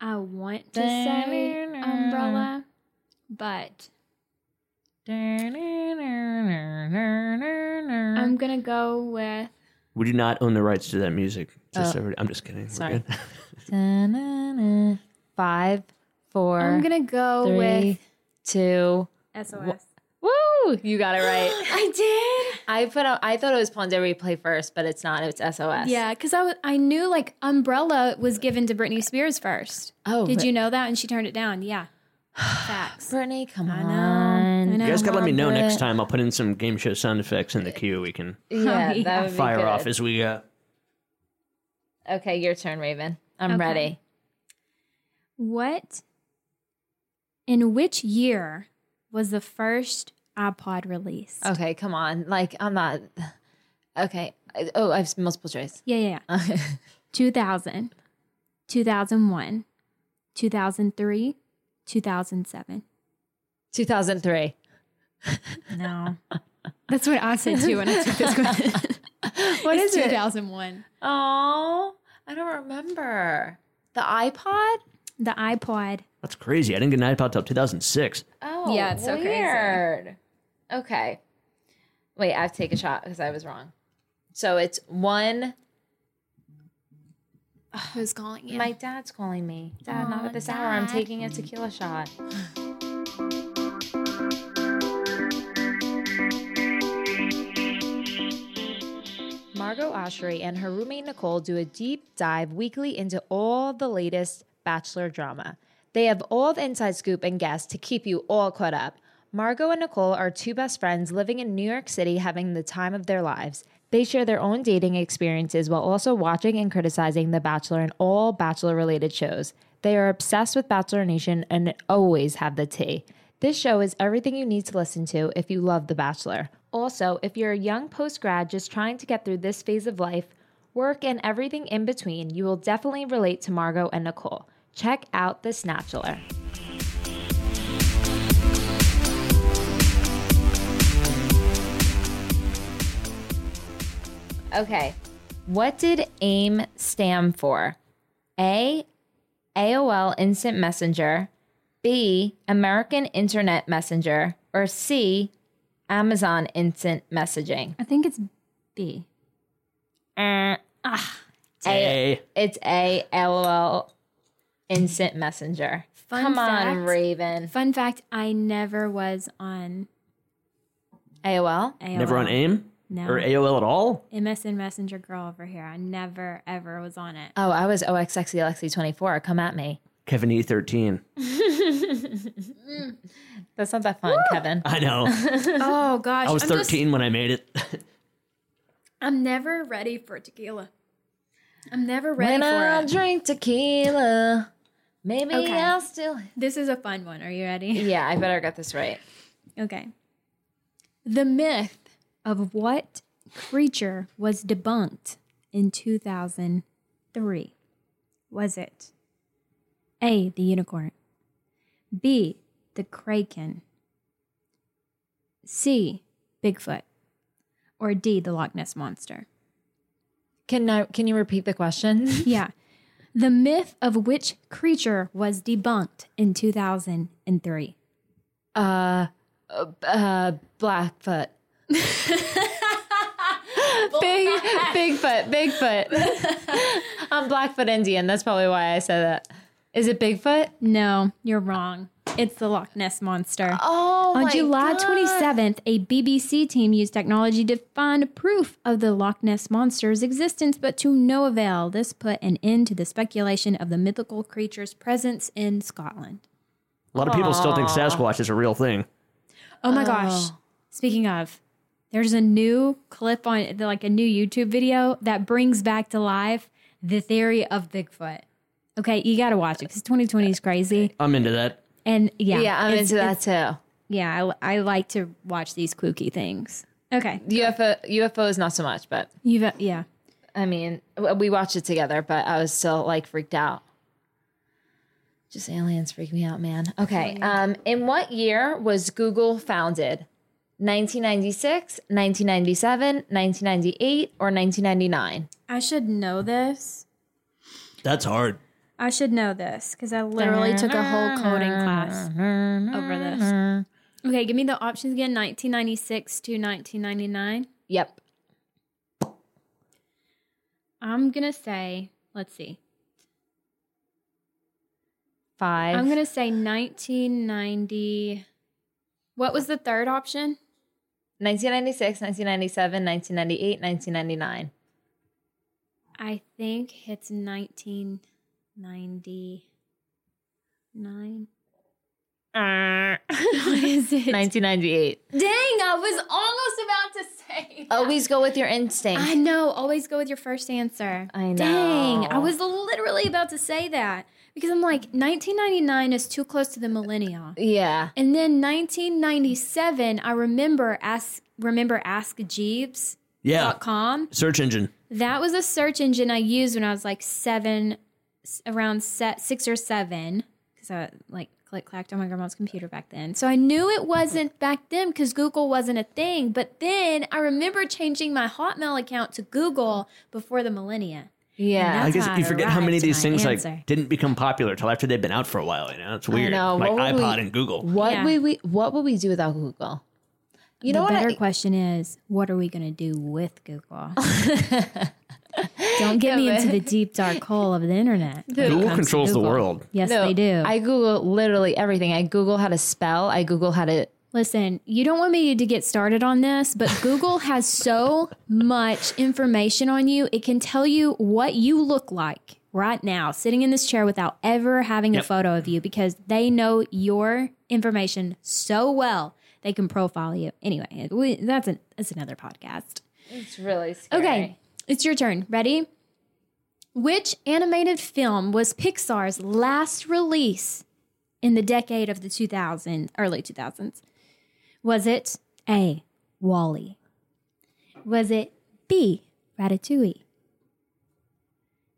Speaker 1: I want to say umbrella, but I'm gonna go with
Speaker 3: We do not own the rights to that music. Just so- I'm just kidding. We're
Speaker 2: Oh. sorry.
Speaker 3: good.
Speaker 2: Da-na-na. Five, four,
Speaker 1: I'm gonna go
Speaker 2: three, two.
Speaker 1: with SOS.
Speaker 2: Woo! You got it right.
Speaker 1: I did.
Speaker 2: I put out, I thought it was Pon de Replay first, but it's not. It's SOS.
Speaker 1: Yeah, because I wa- I knew like umbrella was given to Britney Spears first.
Speaker 2: Oh,
Speaker 1: did
Speaker 2: but-
Speaker 1: you know that? And she turned it down. Yeah, facts.
Speaker 2: Brittany, come
Speaker 1: I know.
Speaker 2: on.
Speaker 1: I know.
Speaker 3: You guys gotta let me know
Speaker 2: Love
Speaker 3: next
Speaker 2: it.
Speaker 3: time. I'll put in some game show sound effects in the queue. We can
Speaker 2: Yeah,
Speaker 1: Oh, yeah.
Speaker 2: that would be
Speaker 3: fire
Speaker 2: good.
Speaker 3: off as we. Uh,
Speaker 2: Okay, your turn, Raven. I'm
Speaker 1: Okay.
Speaker 2: ready.
Speaker 1: What? In which year was the first iPod released?
Speaker 2: Okay, come on. Like I'm not. Okay. I- Oh, I have multiple choice.
Speaker 1: Yeah, yeah, yeah.
Speaker 2: Okay.
Speaker 1: 2000, 2001, 2003, 2007.
Speaker 2: 2003.
Speaker 1: No. That's what I said too when I took this question.
Speaker 2: What
Speaker 1: it's
Speaker 2: is it?
Speaker 1: 2001.
Speaker 2: Oh, I don't remember. The iPod.
Speaker 1: The iPod.
Speaker 3: that's crazy. I didn't get an iPod till 2006.
Speaker 2: Oh,
Speaker 1: Yeah, it's so crazy.
Speaker 2: weird. Okay. Wait, I have to take a shot because I was wrong. So it's one.
Speaker 1: Who's calling you?
Speaker 2: My dad's calling me. Dad, not at this hour. I'm taking a tequila shot. Margot Oshry and her roommate Nicole do a deep dive weekly into all the latest Bachelor drama. They have all the inside scoop and guests to keep you all caught up. Margot and Nicole are two best friends living in New York City having the time of their lives. They share their own dating experiences while also watching and criticizing The Bachelor and all Bachelor related shows. They are obsessed with Bachelor Nation and always have the tea. This show is everything you need to listen to if you love The Bachelor. Also, if you're a young post grad just trying to get through this phase of life, work, and everything in between, you will definitely relate to Margot and Nicole. Check out The Snatchler. Okay, what did AIM stand for? A, AOL Instant Messenger. B, American Internet Messenger, or C, Amazon Instant Messaging?
Speaker 1: I think it's B.
Speaker 2: Uh,
Speaker 3: A.
Speaker 2: it's A, LOL, Instant Messenger.
Speaker 1: Fun
Speaker 2: Come on,
Speaker 1: fact.
Speaker 2: Raven.
Speaker 1: Fun fact: I never was on
Speaker 2: AOL?
Speaker 1: AOL.
Speaker 3: Never on AIM
Speaker 1: No.
Speaker 3: or AOL at all.
Speaker 1: MSN Messenger girl over here. I never ever was on it.
Speaker 2: Oh, I was OXXELXE24. E Come at me.
Speaker 3: Kevin E thirteen.
Speaker 2: That's not that fun, Kevin.
Speaker 3: I know.
Speaker 1: oh gosh,
Speaker 3: I was
Speaker 1: I'm just-
Speaker 3: thirteen when I made it.
Speaker 1: I'm never ready for tequila. I'm never ready
Speaker 2: When
Speaker 1: for
Speaker 2: I
Speaker 1: it.
Speaker 2: drink tequila, maybe
Speaker 1: Okay.
Speaker 2: I'll still.
Speaker 1: This is a fun one. Are you ready?
Speaker 2: Yeah, I better get this right.
Speaker 1: Okay. The myth of what creature was debunked in 2003? Was it A, the unicorn, B, the kraken, C, Bigfoot, or D, the Loch Ness monster?
Speaker 2: Can I, Can you repeat the question?
Speaker 1: Yeah. The myth of which creature was debunked in 2003?
Speaker 2: uh, uh, Blackfoot. Big, Bigfoot, Bigfoot. I'm Blackfoot Indian. That's probably why I said that. Is it Bigfoot?
Speaker 1: No, you're wrong. It's the Loch Ness monster.
Speaker 2: Oh,
Speaker 1: On July 27th, a BBC team used technology to find proof of the Loch Ness monster's existence, but to no avail. This put an end to the speculation of the mythical creature's presence in Scotland.
Speaker 3: A lot of people still think Sasquatch is a real thing.
Speaker 1: Oh my gosh. Speaking of, there's a new clip on like a new YouTube video that brings back to life the theory of Bigfoot. Okay, you got to watch it because 2020 is crazy.
Speaker 3: I'm into that.
Speaker 1: And yeah,
Speaker 2: Yeah, I'm
Speaker 1: it's-
Speaker 2: into that too.
Speaker 1: Yeah, I, I like to watch these kooky things. Okay.
Speaker 2: UFO, UFO is not so much, but
Speaker 1: You've, uh, yeah.
Speaker 2: I mean, w- we watched it together, but I was still like freaked out. Just aliens freak me out, man. Okay. Um, in what year was Google founded? 1996, 1997, 1998, or 1999?
Speaker 1: I should know this.
Speaker 3: That's hard.
Speaker 1: I should know this because I literally took a whole coding class over this. Okay, give me the options again 1996 to 1999.
Speaker 2: Yep.
Speaker 1: I'm going to say, let's see.
Speaker 2: Five.
Speaker 1: I'm going to say 1990. What was the third option?
Speaker 2: 1996, 1997, 1998, 1999.
Speaker 1: I think it's 1999. What is it?
Speaker 2: 1998.
Speaker 1: Dang, I was almost about to say. that.
Speaker 2: Always go with your instinct.
Speaker 1: I know. Always go with your first answer.
Speaker 2: I
Speaker 1: Dang,
Speaker 2: know.
Speaker 1: I was literally about to say that because I'm like, 1999 is too close to the millennium.
Speaker 2: yeah.
Speaker 1: And then 1997, I remember ask remember askjeeves.com.
Speaker 3: Yeah. Search engine.
Speaker 1: That was a search engine I used when I was like seven, s- around set six or seven, because I like click clacked on my grandma's computer back then. So I knew it wasn't back then because Google wasn't a thing. But then I remember changing my Hotmail account to Google before the millennia.
Speaker 2: Yeah.
Speaker 3: I
Speaker 1: That's
Speaker 3: guess
Speaker 1: how
Speaker 3: you
Speaker 1: I
Speaker 3: forget how many of
Speaker 1: arrived
Speaker 3: these
Speaker 1: my
Speaker 3: things
Speaker 1: answer.
Speaker 3: like didn't become popular till after they've been out for a while. You know, it's weird.
Speaker 2: know.
Speaker 3: Like
Speaker 2: What would
Speaker 3: iPod
Speaker 2: we-
Speaker 3: and Google.
Speaker 2: What
Speaker 1: Yeah.
Speaker 2: would we what would we do without Google? You know
Speaker 1: the
Speaker 2: what
Speaker 1: better
Speaker 3: e
Speaker 2: I,
Speaker 1: question is, what are we going to do with Google? Don't get me into the deep dark hole of the internet.
Speaker 3: Google controls the world.
Speaker 1: Yes,
Speaker 2: No,
Speaker 1: they do.
Speaker 2: I Google literally everything. I Google how to spell. I Google how to
Speaker 1: Listen, you don't want me to get started on this, but Google has so much information on you. It can tell you what you look like right now, sitting in this chair without ever having
Speaker 3: Yep.
Speaker 1: a photo of you because they know your information so well. They can profile you. Anyway, it- we, that's an that's another podcast.
Speaker 2: It's really scary.
Speaker 1: Okay, it's your turn. Ready? Which animated film was Pixar's last release in the decade of the 2000s, early 2000s? Was it A, Wally? Was it B, Ratatouille?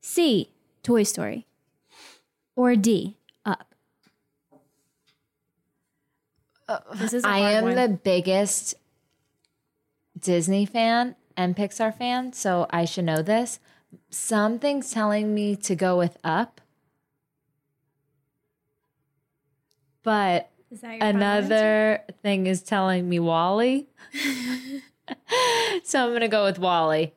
Speaker 1: C, Toy Story? Or D, Up? This is a
Speaker 2: Uh, I
Speaker 1: hard
Speaker 2: am
Speaker 1: one.
Speaker 2: the biggest Disney fan and Pixar fan, so I should know this. Something's telling me to go with up. But
Speaker 1: Is that your final answer?
Speaker 2: another thing is telling me Wally. so I'm going to go with Wally.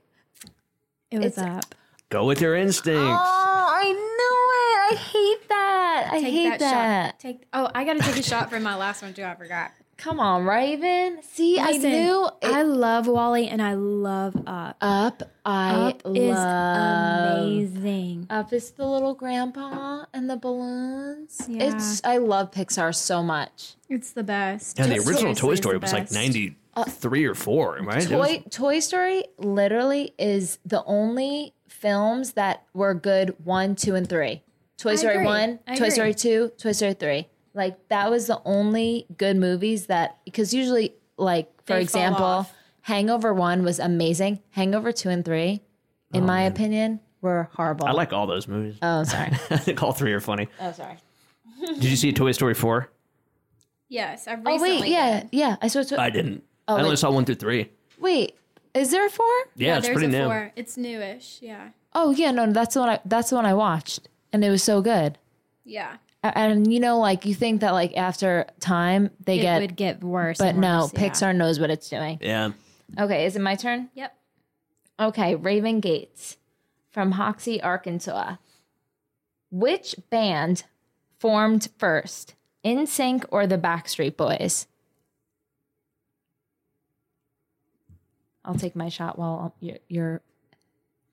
Speaker 1: It was
Speaker 2: it's-
Speaker 1: Up.
Speaker 3: Go with your instincts.
Speaker 2: I know it. I hate that. I hate that.
Speaker 1: shot. Take. Oh, I got to take a shot from my last one too. I forgot.
Speaker 2: Come on, Raven. See, I knew it-
Speaker 1: I love Wally and I love Up.
Speaker 2: Up, I
Speaker 1: Up
Speaker 2: love.
Speaker 1: is amazing.
Speaker 2: Up is the little grandpa and the balloons.
Speaker 1: Yeah.
Speaker 2: It's I love Pixar so much.
Speaker 1: It's the best.
Speaker 3: Yeah, the
Speaker 1: It's
Speaker 3: original
Speaker 1: seriously
Speaker 3: Toy
Speaker 1: is
Speaker 3: Story
Speaker 1: the
Speaker 3: was like
Speaker 1: best.
Speaker 3: ninety three or four, right? It was-
Speaker 2: Toy Toy Story literally is the only films that were good one, two, and three. Toy
Speaker 1: I
Speaker 2: Story
Speaker 1: agree.
Speaker 2: one,
Speaker 1: I
Speaker 2: Toy Story
Speaker 1: agree.
Speaker 2: two, Toy Story three. Like that was the only good movies that because usually like
Speaker 1: They
Speaker 2: for
Speaker 1: fall
Speaker 2: example,
Speaker 1: off.
Speaker 2: Hangover one was amazing. Hangover two and three, in my opinion, were horrible.
Speaker 3: Oh, I like all those movies.
Speaker 2: Oh, sorry.
Speaker 3: I think all three are funny.
Speaker 2: oh, sorry.
Speaker 3: Did you see Toy Story four?
Speaker 1: Yes, I recently.
Speaker 2: Oh wait, yeah, yeah. I saw.
Speaker 3: I didn't. I only
Speaker 2: wait.
Speaker 3: saw one through three.
Speaker 2: Wait, is there a four?
Speaker 3: Yeah, it's pretty new.
Speaker 1: It's newish. Yeah,
Speaker 2: Oh yeah, no, that's the one. I, that's the one I watched, and it was so good.
Speaker 1: yeah.
Speaker 2: A- And you know, like you think that like after time they
Speaker 1: It
Speaker 2: get,
Speaker 1: would get worse.
Speaker 2: but
Speaker 1: and
Speaker 2: no,
Speaker 1: worse, yeah.
Speaker 2: Pixar knows what it's doing.
Speaker 3: Yeah.
Speaker 2: Okay, is it my turn?
Speaker 1: Yep.
Speaker 2: Okay, Raven Gates from Hoxie, Arkansas. Which band formed first, In Sync or the Backstreet Boys? I'll take my shot while you're, you're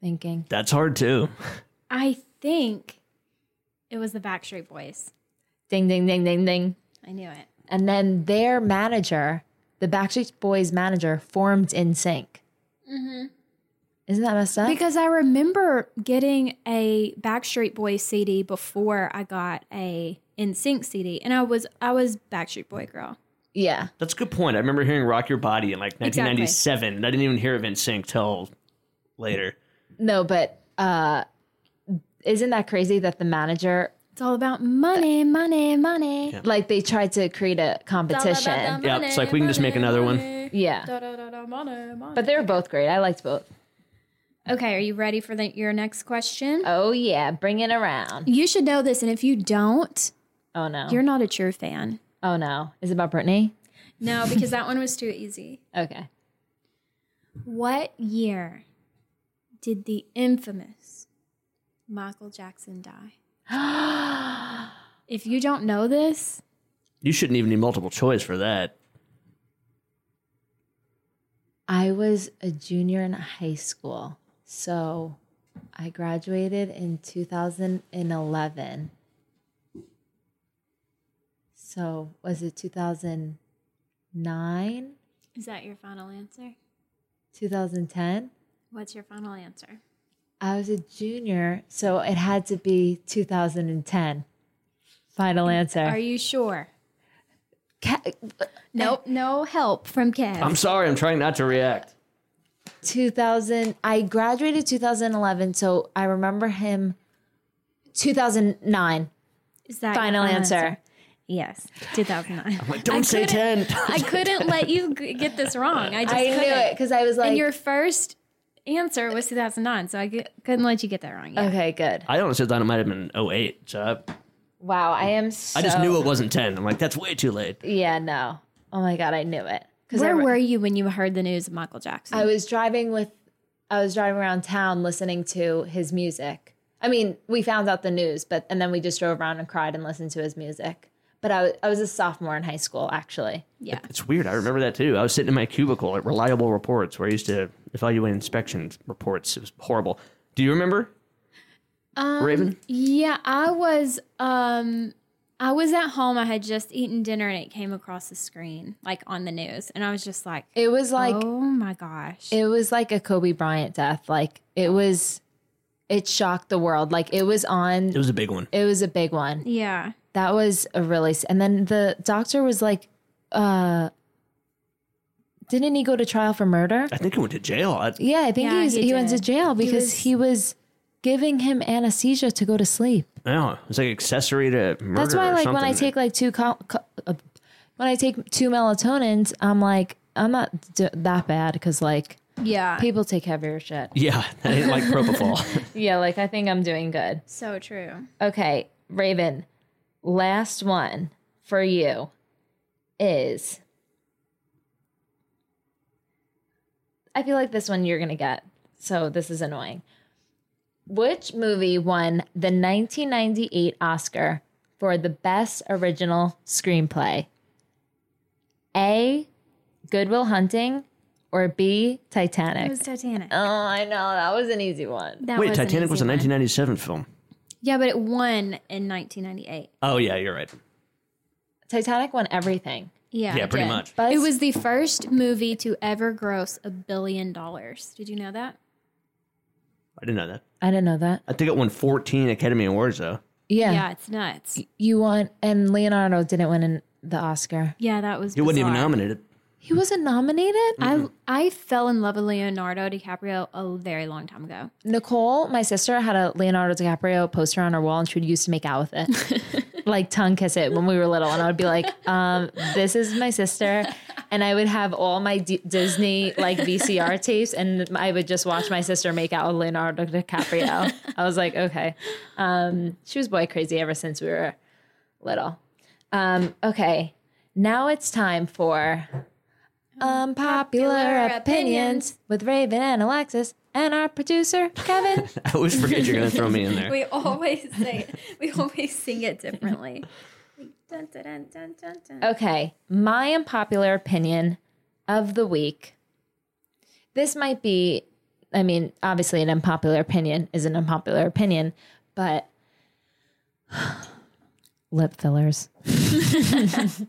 Speaker 2: thinking.
Speaker 3: That's hard too.
Speaker 1: I think it was the Backstreet Boys.
Speaker 2: Ding, ding, ding, ding, ding.
Speaker 1: I knew it.
Speaker 2: And then their manager, the Backstreet Boys manager, formed In Sync. Isn't that messed up?
Speaker 1: Mm-hmm. Because I remember getting a Backstreet Boys CD before I got a NSYNC CD, and I was I was Backstreet Boy girl.
Speaker 2: yeah.
Speaker 3: That's a good point. I remember hearing Rock Your Body in like nineteen ninety seven. and I didn't even hear of NSYNC till later.
Speaker 2: No, but uh, isn't that crazy that the manager,
Speaker 1: It's all about money, money, money.
Speaker 2: like, they tried to create a competition?
Speaker 3: Yeah, it's like we can just make another one.
Speaker 2: Yeah. But they were both great. I liked both.
Speaker 1: Okay, are you ready for the, your next question?
Speaker 2: Oh, yeah. Bring it around.
Speaker 1: You should know this, and if you don't,
Speaker 2: Oh, no.
Speaker 1: you're not a true fan.
Speaker 2: oh, no. Is it about Britney?
Speaker 1: No, because that one was too easy.
Speaker 2: Okay.
Speaker 1: What year did the infamous Michael Jackson die? if you don't know this,
Speaker 3: You shouldn't even need multiple choice for that.
Speaker 2: I was a junior in high school. So I graduated in 2011. So was it 2009,
Speaker 1: is that your final answer?
Speaker 2: 2010?
Speaker 1: What's your final answer?
Speaker 2: I was a junior, so it had to be 2010. Final
Speaker 1: Are
Speaker 2: answer.
Speaker 1: you sure?
Speaker 2: Ca-
Speaker 1: Nope, no help from Kev.
Speaker 3: I'm sorry, I'm trying not to react.
Speaker 2: 2000 I graduated 2011, so I remember him 2009.
Speaker 1: Is that your
Speaker 2: Final answer.
Speaker 1: Yes, 2009.
Speaker 3: Like, don't say ten.
Speaker 1: couldn't- I couldn't let you g- get this wrong. I just
Speaker 2: I
Speaker 1: couldn't.
Speaker 2: knew it because I was like,
Speaker 1: And your first answer was 2009, so I g- couldn't let you get that wrong. Yeah.
Speaker 2: Okay, good.
Speaker 3: I honestly thought it might have been 08. So I,
Speaker 2: Wow, I am so.
Speaker 3: I just knew it wasn't 10. I'm like, that's way too late.
Speaker 2: Yeah, no. Oh my god, I knew it. Because I,
Speaker 1: Where
Speaker 2: re-
Speaker 1: were you when you heard the news of Michael Jackson?
Speaker 2: I was driving with, I was driving around town listening to his music. I mean, we found out the news, but and then we just drove around and cried and listened to his music. But But I was, I was a sophomore in high school, actually.
Speaker 1: Yeah.
Speaker 3: It's weird. I remember that too. I was sitting in my cubicle at Reliable Reports where I used to evaluate inspection reports. It was horrible. Do you remember?
Speaker 2: Um,
Speaker 3: Raven?
Speaker 1: Yeah, I was um I was at home. I had just eaten dinner and it came across the screen, like on the news. And I was just like,
Speaker 2: It was like
Speaker 1: oh my gosh.
Speaker 2: it was like a Kobe Bryant death. Like it was, it shocked the world. Like it was on.
Speaker 3: It was a big one.
Speaker 2: It was a big one.
Speaker 1: yeah.
Speaker 2: That was a really s- and then the doctor was like uh didn't he go to trial for murder?
Speaker 3: I think it went to jail. I,
Speaker 2: Yeah, I think
Speaker 1: Yeah,
Speaker 2: he, was,
Speaker 1: he
Speaker 2: he, went to
Speaker 1: did.
Speaker 2: jail
Speaker 1: He
Speaker 2: because
Speaker 1: was-
Speaker 2: he was giving him anesthesia to go to sleep.
Speaker 3: yeah, it was like accessory to murder.
Speaker 2: That's why
Speaker 3: or
Speaker 2: like
Speaker 3: something.
Speaker 2: when I take like two co- co- uh, when I take two melatonins, I'm like I'm not d- that bad cuz like
Speaker 1: Yeah.
Speaker 2: people take heavier shit.
Speaker 3: yeah, I didn't like propofol.
Speaker 2: Yeah, like I think I'm doing good.
Speaker 1: so true.
Speaker 2: Okay, Raven, last one for you is I feel like this one you're going to get. So this is annoying. Which movie won the 1998 Oscar for the best original screenplay? A. Goodwill Hunting or B.
Speaker 1: It
Speaker 2: Titanic?
Speaker 1: was Titanic.
Speaker 2: oh, I know. That was an easy one.
Speaker 1: That
Speaker 3: Wait,
Speaker 1: was an
Speaker 3: Titanic was a
Speaker 1: easy one.
Speaker 3: 1997 film.
Speaker 1: Yeah, but it won in 1998.
Speaker 3: Oh yeah, you're right.
Speaker 2: Titanic won everything.
Speaker 1: Yeah.
Speaker 3: Yeah,
Speaker 1: it
Speaker 3: pretty
Speaker 1: did.
Speaker 3: much.
Speaker 2: Buzz-
Speaker 1: It was the first movie to ever gross a billion dollars. Did you know that?
Speaker 3: I didn't know that.
Speaker 2: I didn't know that.
Speaker 3: I think it won 14 Academy Awards though.
Speaker 1: Yeah, it's nuts.
Speaker 2: You want and Leonardo didn't win an, the Oscar.
Speaker 1: Yeah, that was
Speaker 3: He wasn't even
Speaker 1: bizarre.
Speaker 3: nominated.
Speaker 2: He wasn't nominated.
Speaker 1: I I fell in love with Leonardo DiCaprio a very long time ago.
Speaker 2: Nicole, my sister, had a Leonardo DiCaprio poster on her wall, and she would used to make out with it, like tongue kiss it when we were little. And I would be like, um, "This is my sister," and I would have all my D- Disney like VCR tapes, and I would just watch my sister make out with Leonardo DiCaprio. I was like, okay, um, she was boy crazy ever since we were little. Um, okay, now it's time for unpopular opinions with Raven and Alexis and our producer Kevin.
Speaker 3: I always forget you're gonna throw me in there.
Speaker 1: We always say we always sing it differently. Dun, dun, dun, dun, dun, dun.
Speaker 2: okay, my unpopular opinion of the week. This might be, I mean, obviously, an unpopular opinion is an unpopular opinion, but lip fillers.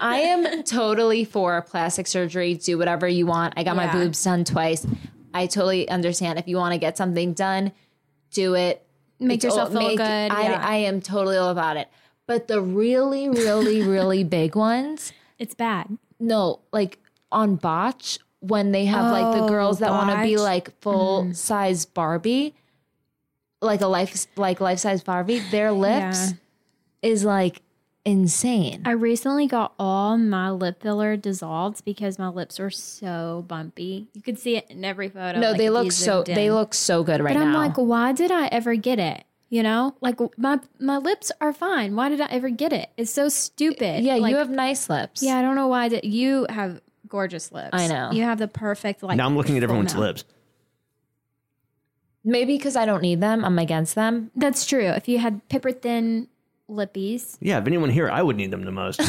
Speaker 2: I am totally for plastic surgery. Do whatever you want. I got my
Speaker 1: Yeah.
Speaker 2: boobs done twice. I totally understand. If you want to get something done, do it.
Speaker 1: Make
Speaker 2: It's
Speaker 1: yourself
Speaker 2: all-
Speaker 1: feel
Speaker 2: make-
Speaker 1: good.
Speaker 2: I,
Speaker 1: yeah.
Speaker 2: I am totally all about it. But the really, really, really big ones,
Speaker 1: it's bad.
Speaker 2: no, like on botch when they have like the
Speaker 1: Oh,
Speaker 2: girls that want to be
Speaker 1: Botch. Mm-hmm.
Speaker 2: like full size Barbie, like a life like life size Barbie, their lips is like insane.
Speaker 1: I recently got all my lip filler dissolved because my lips were so bumpy. You could see it in every photo.
Speaker 2: no,
Speaker 1: like,
Speaker 2: they
Speaker 1: if you
Speaker 2: look so
Speaker 1: zoomed
Speaker 2: they
Speaker 1: in.
Speaker 2: look so good right
Speaker 1: But I'm
Speaker 2: now.
Speaker 1: like, why did I ever get it? You know, like my my lips are fine. Why did I ever get it? It's so stupid.
Speaker 2: yeah,
Speaker 1: Like,
Speaker 2: you have nice lips.
Speaker 1: Yeah, I don't know why I did. You have gorgeous lips.
Speaker 2: I know.
Speaker 1: You have the perfect like.
Speaker 3: Now I'm looking at
Speaker 1: full
Speaker 3: everyone's
Speaker 1: mouth.
Speaker 3: lips.
Speaker 2: maybe because I don't need them, I'm against them.
Speaker 1: That's true. If you had paper thin lippies,
Speaker 3: Yeah, if anyone here, I would need them the most.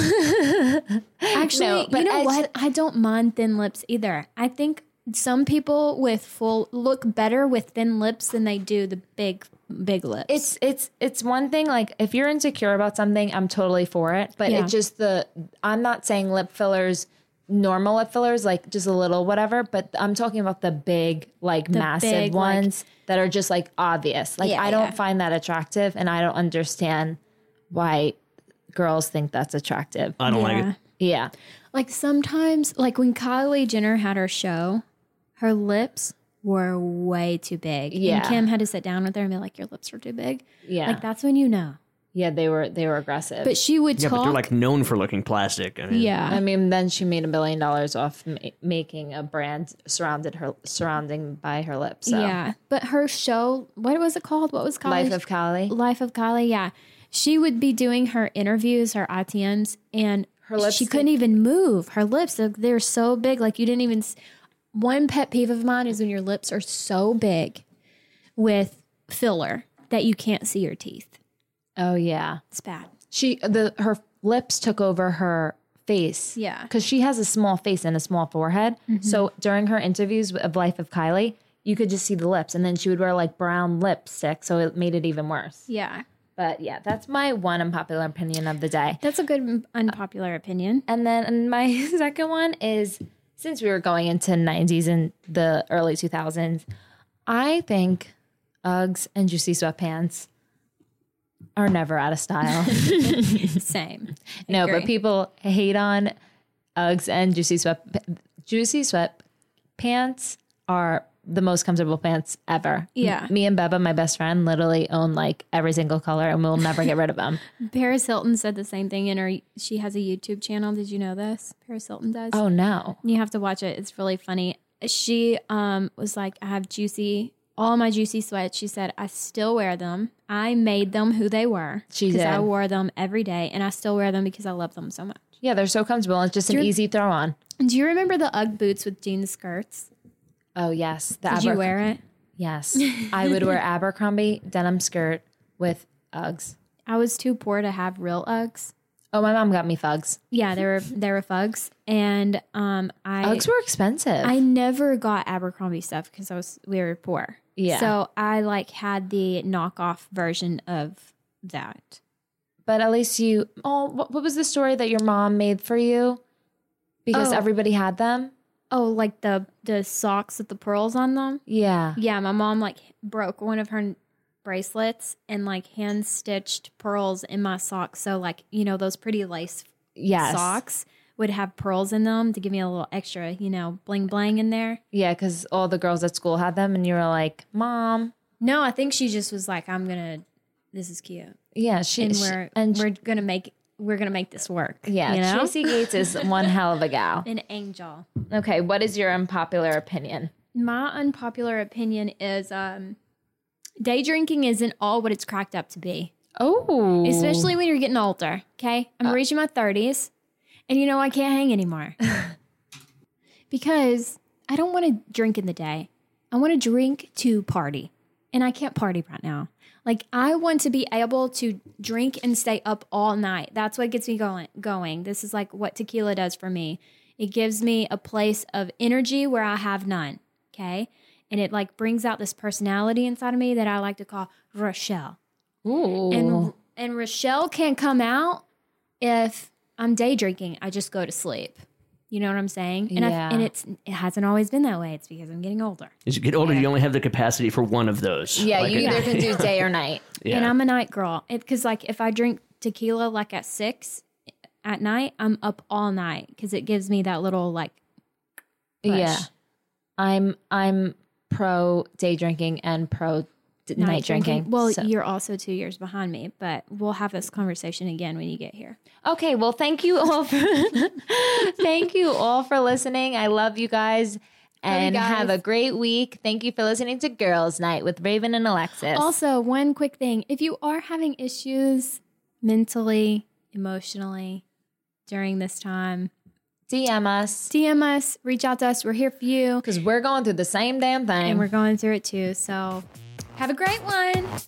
Speaker 1: actually,
Speaker 2: but
Speaker 1: you know
Speaker 2: I
Speaker 1: what?
Speaker 2: just-
Speaker 1: I don't mind thin lips either. I think some people with full look better with thin lips than they do the big big lips.
Speaker 2: it's it's it's one thing like if you're insecure about something i'm totally for it but
Speaker 1: Yeah.
Speaker 2: it's just the i'm not saying lip fillers normal lip fillers like just a little whatever but i'm talking about the big like massive
Speaker 1: big, like-
Speaker 2: ones that are just like obvious like
Speaker 1: Yeah,
Speaker 2: i don't
Speaker 1: yeah.
Speaker 2: find that attractive and i don't understand why girls think that's attractive
Speaker 3: I don't like it.
Speaker 2: yeah
Speaker 1: Like sometimes, like when Kylie Jenner had her show, her lips were way too big.
Speaker 2: Yeah.
Speaker 1: And Kim had to sit down with her and be like, Your lips are too big.
Speaker 2: Yeah.
Speaker 1: Like that's when you know.
Speaker 2: yeah they were they were aggressive
Speaker 1: But she would
Speaker 3: Yeah, but
Speaker 1: talk.
Speaker 3: they're like known for looking plastic. I mean,
Speaker 2: I
Speaker 1: yeah.
Speaker 2: mean, then she made a billion dollars off ma- making a brand surrounded her surrounding by her lips. So.
Speaker 1: Yeah. But her show, what was it called? What was Kylie's
Speaker 2: Life of Kali.
Speaker 1: Life of Kylie, yeah. She would be doing her interviews, her ITMs, and her
Speaker 2: lips-
Speaker 1: lips she couldn't even move. Her lips, they're, they're so big, like you didn't even. s- One pet peeve of mine is when your lips are so big with filler that you can't see your teeth.
Speaker 2: Oh yeah.
Speaker 1: It's bad.
Speaker 2: She the her lips took over her face.
Speaker 1: Yeah.
Speaker 2: Because she has a small face and a small forehead. So during her interviews of Life of Kylie, you could just see the lips. And then she would wear like brown lipstick. So it made it even worse.
Speaker 1: Yeah.
Speaker 2: But yeah, that's my one unpopular opinion of the day.
Speaker 1: That's a good m- unpopular opinion.
Speaker 2: And then and my second one is since we were going into 90s and the early 2000s, I think Uggs and juicy sweatpants are never out of style.
Speaker 1: Same.
Speaker 2: no,
Speaker 1: agree.
Speaker 2: but people hate on Uggs and juicy sweat juicy sweat pants are the most comfortable pants ever.
Speaker 1: Yeah.
Speaker 2: Me and Beba, my best friend, literally own like every single color and we'll never get rid of them.
Speaker 1: Paris Hilton said the same thing in her. She has a YouTube channel. Did you know this? Paris Hilton does.
Speaker 2: Oh no.
Speaker 1: You have to watch it. It's really funny. She um was like, I have juicy all my juicy sweats. She said, I still wear them. I made them who they were.
Speaker 2: She
Speaker 1: because I
Speaker 2: did.
Speaker 1: wore them every day, and I still wear them because I love them so much.
Speaker 2: Yeah, they're so comfortable. It's just an
Speaker 1: You're-
Speaker 2: easy throw on.
Speaker 1: Do you remember the UGG boots with jean skirts?
Speaker 2: Oh yes. The
Speaker 1: Did you
Speaker 2: Abercr-
Speaker 1: wear it?
Speaker 2: Yes. I would wear Abercrombie denim skirt with Uggs.
Speaker 1: I was too poor to have real Uggs.
Speaker 2: Oh, my mom got me Fugs.
Speaker 1: Yeah, they were they were fugs, and um, I
Speaker 2: Uggs were expensive.
Speaker 1: I never got Abercrombie stuff because I was we were poor.
Speaker 2: Yeah.
Speaker 1: So I like had the knockoff version of that.
Speaker 2: but at least you, oh, what, what was the story that your mom made for you? Because
Speaker 1: Oh.
Speaker 2: everybody had them?
Speaker 1: Oh, like the the socks with the pearls on them.
Speaker 2: Yeah.
Speaker 1: Yeah, my mom like broke one of her bracelets and like hand stitched pearls in my socks. So like you know those pretty lace
Speaker 2: Yes.
Speaker 1: socks would have pearls in them to give me a little extra you know bling bling in there.
Speaker 2: Yeah, because all the girls at school had them and you were like, Mom.
Speaker 1: No, I think she just was like, I'm gonna. This is cute.
Speaker 2: Yeah, she
Speaker 1: and
Speaker 2: she-
Speaker 1: we're
Speaker 2: and she-
Speaker 1: we're gonna make we're gonna make this work.
Speaker 2: yeah,
Speaker 1: you know?
Speaker 2: Tracy Gates is one hell of a gal.
Speaker 1: an angel.
Speaker 2: Okay, what is your unpopular opinion?
Speaker 1: My unpopular opinion is um, day drinking isn't all what it's cracked up to be,
Speaker 2: Oh,
Speaker 1: especially when you're getting older. Okay, I'm reaching my 30s, and you know I can't hang anymore because I don't want to drink in the day. I want to drink to party, and I can't party right now. Like I want to be able to drink and stay up all night. That's what gets me going. Going. This is like what tequila does for me. It gives me a place of energy where I have none. Okay, and it like brings out this personality inside of me that I like to call Rochelle.
Speaker 2: Ooh.
Speaker 1: And and Rochelle can't come out if I'm day drinking. I just go to sleep. You know what I'm saying? And
Speaker 2: Yeah.
Speaker 1: I, and it's it hasn't always been that way. It's because I'm getting older.
Speaker 3: As you get older, you only have the capacity for one of those.
Speaker 2: yeah,
Speaker 3: Like
Speaker 2: you
Speaker 3: it-
Speaker 2: either can do day or night.
Speaker 3: yeah.
Speaker 1: And I'm a night girl. Because, like, if I drink tequila, like, at six at night, I'm up all night because it gives me that little, like, push.
Speaker 2: Yeah, I'm I'm pro day drinking and pro d- night, drinking.
Speaker 1: Well,
Speaker 2: So-
Speaker 1: you're also two years behind me, but we'll have this conversation again when you get here.
Speaker 2: Okay, well, thank you all for thank you all for listening. I love you guys and have a great week. Thank you for listening to Girls Night with Raven and Alexis.
Speaker 1: Also, one quick thing if you are having issues mentally, emotionally during this time,
Speaker 2: DM us
Speaker 1: DM us, reach out to us. We're here for you,
Speaker 2: because we're going through the same damn thing.
Speaker 1: and we're going through it too. So, have a great one.